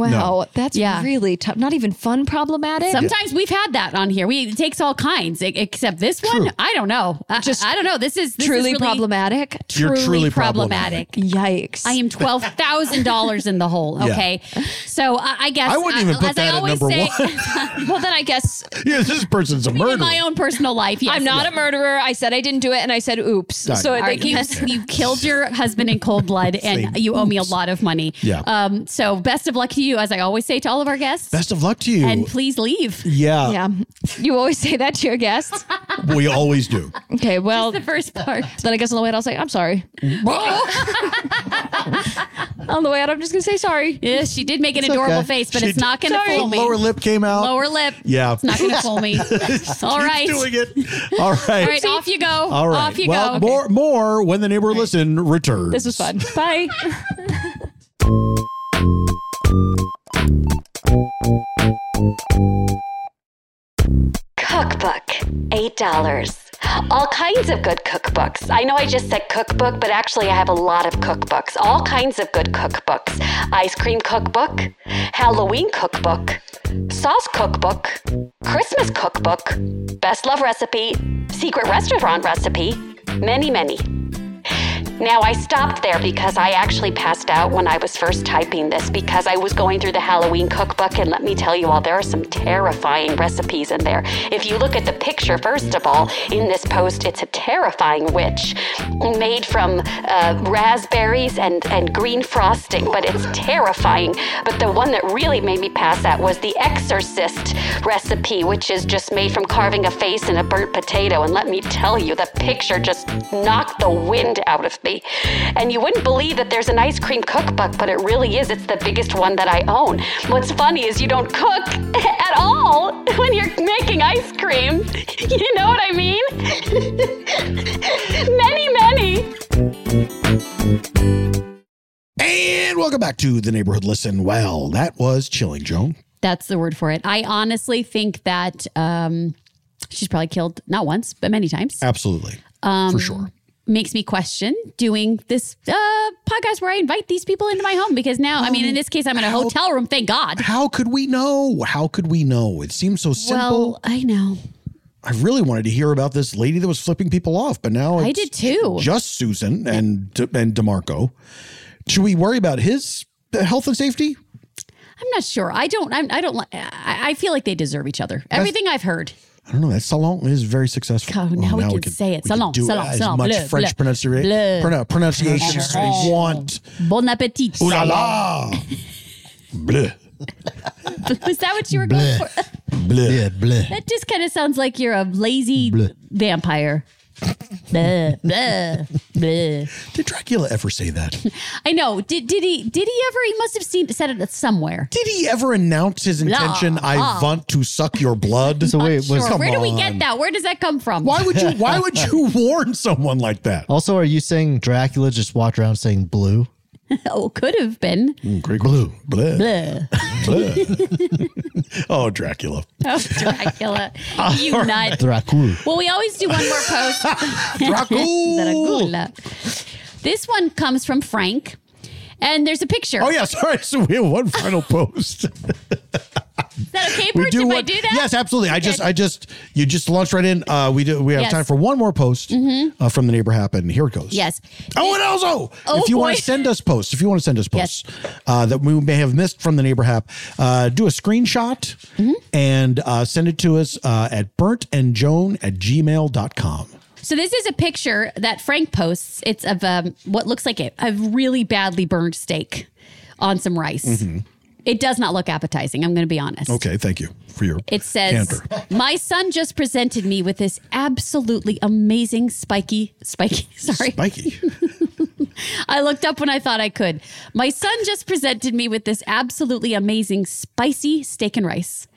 Problematic.
Wow,
No.
that's
Yeah.
really tough. Not even fun. Problematic.
Sometimes we've had that on here. We it takes all kinds, e- except this one.
True.
I don't know. I, Just I don't know. This is this is
truly
really
problematic.
You're truly problematic.
Yikes.
I am twelve thousand dollars in the hole.
Yeah.
Okay, so I, I guess
I wouldn't even
uh,
put
as I
that at
always
number
say,
one.
Well, then I guess
yeah, this person's a murderer.
in my own personal life, yes.
I'm not a murderer. I said I didn't do it, and I said oops.
Done.
So
All
they
All right,
keep
you, you killed your husband in cold blood, and you owe me a lot of money.
Yeah.
Um, so best of luck to you, as I always say to all of our guests.
Best of luck to you.
And please leave.
yeah,
yeah. Um, You always say that to your guests.
we always do.
Okay, well,
The first part.
then I guess on the way out, I'll say, I'm sorry. on the way out, I'm just going to say sorry.
Yeah, she did make an adorable
okay.
face, but
She
it's not going to
did.
fool me.
Lower lip came out.
Lower lip.
Yeah.
It's not going to fool me. all right.
Keep doing it. All right.
All right, off you go.
All right.
Off you
well,
go.
more more when the neighbor listen returns.
This was fun. Bye.
Cookbook, $8. All kinds of good cookbooks. I know I just said cookbook, but actually I have a lot of cookbooks. All kinds of good cookbooks. Ice cream cookbook, Halloween cookbook, sauce cookbook, Christmas cookbook, best love recipe, secret restaurant recipe, many, many. Now, I stopped there because I actually passed out when I was first typing this because I was going through the Halloween cookbook, and let me tell you all, there are some terrifying recipes in there. If you look at the picture, first of all, in this post, it's a terrifying witch made from uh, raspberries and, and green frosting, but it's terrifying. But the one that really made me pass out was the exorcist recipe, which is just made from carving a face in a burnt potato. And let me tell you, the picture just knocked the wind out of me. And you wouldn't believe that there's an ice cream cookbook, but it really is. It's the biggest one that I own. What's funny is you don't cook at all when you're making ice cream. You know what I mean? many, many.
And welcome back to the neighborhood listen. Well, that was chilling, Joan.
That's the word for it. I honestly think that um, she's probably killed not once, but many times.
Absolutely.
Um,
for sure.
Makes me question doing this uh, podcast where I invite these people into my home because now, I mean, in this case, I'm in a hotel room. Thank God.
Um, How could we know? How could we know? It seems so simple.
Well, I know.
I really wanted to hear about this lady that was flipping people off, but now
I
it's
did too.
just Susan and and DeMarco. Should we worry about his health and safety?
I'm not sure. I don't. I'm, I don't. li- I I feel like they deserve each other. Everything I've heard.
I don't know. That salon is very successful.
Oh, now we can say it.
we can
Salon,
do
salon,
as
salon.
much
Bleu,
French
bleu,
pronunciation
bleu.
pronou- pronunciation as we want.
Bon appetit.
Ooh la la. Bleh.
Was that what you were
Bleh.
going for?
Bleh.
Yeah, bleh.
That just kind of sounds like you're a lazy
Bleh.
vampire. Bleh, bleh, bleh.
Did Dracula ever say that?
I know. Did did he did he ever? He must have seen said it somewhere.
Did he ever announce his intention? I want to suck your blood.
So wait, was,
Sure. Where do we
on.
get that? Where does that come from?
why would you? Why would you warn someone like that?
also are you saying Dracula just walked around saying blue?
Oh, could have been.
Great blue, bleh,
Bleh.
bleh. oh, Dracula.
Oh, Dracula. you nut.
Dracula.
Well, we always do one more post.
Dracula.
Dracula. This one comes from Frank, and there's a picture.
Oh yeah, sorry. So we have one final post.
Is that okay, Bert? If I
one-
do that?
Yes, absolutely. I just, I just, you just launched right in. Uh, we do. We have
Yes. Mm-hmm.
time for one more post uh, from the neighbor happen. Here it goes.
Yes.
Oh, and also,
Oh,
if you want
boy.
to send us posts, if you want to send us posts uh, that we may have missed from the neighbor hap, uh, do a screenshot
Mm-hmm.
and uh, send it to us uh, at burntandjoan at gmail.com.
So this is a picture that Frank posts. It's of um, what looks like a, a really badly burned steak on some rice. It does not look appetizing. I'm going to be honest.
Okay, thank you for your.
It says, "My son just presented me with this absolutely amazing spiky, spiky. Sorry,
Spiky.
I looked up when I thought I could. My son just presented me with this absolutely amazing spicy steak and rice.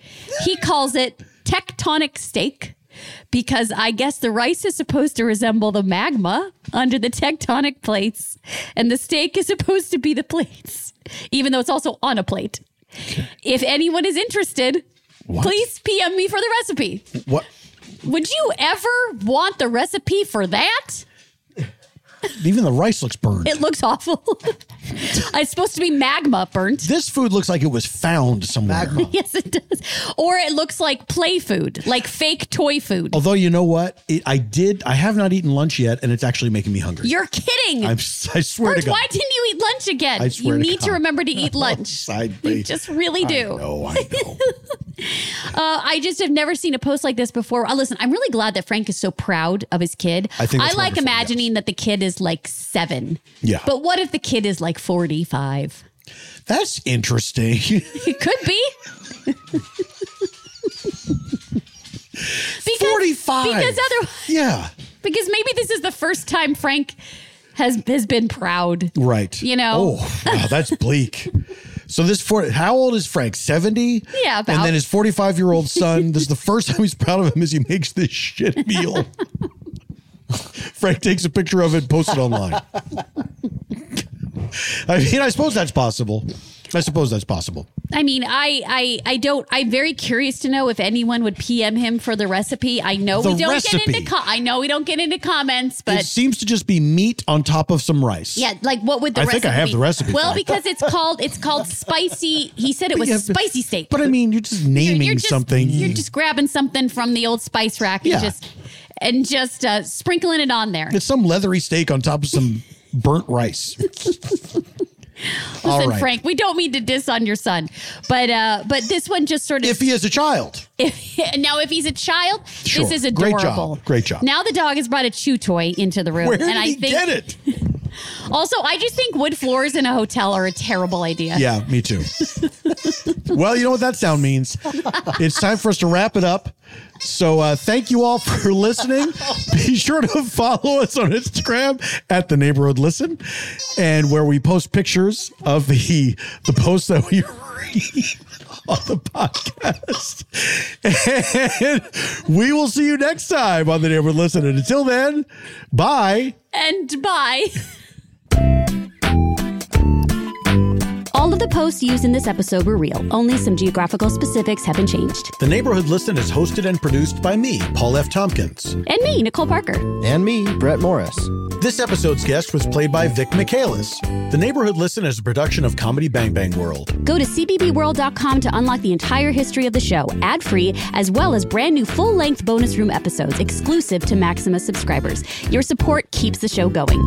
He calls it tectonic steak because I guess the rice is supposed to resemble the magma under the tectonic plates, and the steak is supposed to be the plates, even though it's also on a plate. If anyone is interested, please PM me for the recipe.
what?
Would you ever want the recipe for that?
Even the rice looks burned.
It looks awful. it's supposed to be magma burnt.
this food looks like it was found somewhere.
Yes, it does. Or it looks like play food, like fake toy food.
Although you know what, it, I did. I have not eaten lunch yet, and it's actually making me hungry.
You're kidding.
I'm, s- I swear
Bert,
to God.
why didn't you eat lunch again?
I swear
you
to
need to
God.
remember to eat lunch.
I-
you just really do.
No, I know.
Uh, I just have never seen a post like this before. Uh, listen, I'm really glad that Frank is so proud of his kid.
I think that's
like
wonderful,
imagining that the kid is is like seven.
Yeah.
But what if the kid is like 45?
That's interesting.
It could be. because,
45.
Because otherwise,
yeah.
because maybe this is the first time Frank has has been proud.
Right.
You know?
Oh, wow, that's bleak. So this for how old is Frank? 70?
Yeah,
And
about.
then his 45-year-old son, this is the first time he's proud of him is he makes this shit meal. Frank takes a picture of it, posts it online. I mean, I suppose that's possible. I suppose that's possible.
I mean, I I I don't. I'm very curious to know if anyone would PM him for the recipe. I know we
The
don't
recipe.
get into. Com- I know we don't get into comments, but
it seems to just be meat on top of some rice.
Yeah, like what would the
I
recipe?
think I have the recipe for
Well,
it.
because it's called it's called spicy. He said it was
Yeah, but-
spicy steak.
But I mean, you're just naming
you're just,
something.
You're just grabbing something from the old spice rack and
Yeah.
just and just uh, sprinkling it on there.
it's some leathery steak on top of some burnt rice. all
Listen,
right.
Frank, we don't mean to diss on your son, but uh, but this one just sort of
If he is a child.
If, now, if he's a child,
Sure.
this is
Great job.
adorable.
Great job.
Now the dog has brought a chew toy into the room,
Where did
and I
he
think
get it?
also I just think wood floors in a hotel are a terrible idea.
Yeah, me too. well, you know what that sound means. It's time for us to wrap it up. So uh, thank you all for listening. Be sure to follow us on Instagram at the neighborhood listen and where we post pictures of the the posts that we read on the podcast. And we will see you next time on the neighborhood listen. And until then, bye.
And bye.
All of the posts used in this episode were real, only some geographical specifics have been changed.
The Neighborhood Listen is hosted and produced by me, Paul F. Tompkins.
And me, Nicole Parker.
And me, Brett Morris.
This episode's guest was played by Vic Michaelis. The Neighborhood Listen is a production of Comedy Bang Bang World.
Go to cbbworld.com to unlock the entire history of the show, ad free, as well as brand new full length bonus room episodes exclusive to Maxima subscribers. Your support keeps the show going.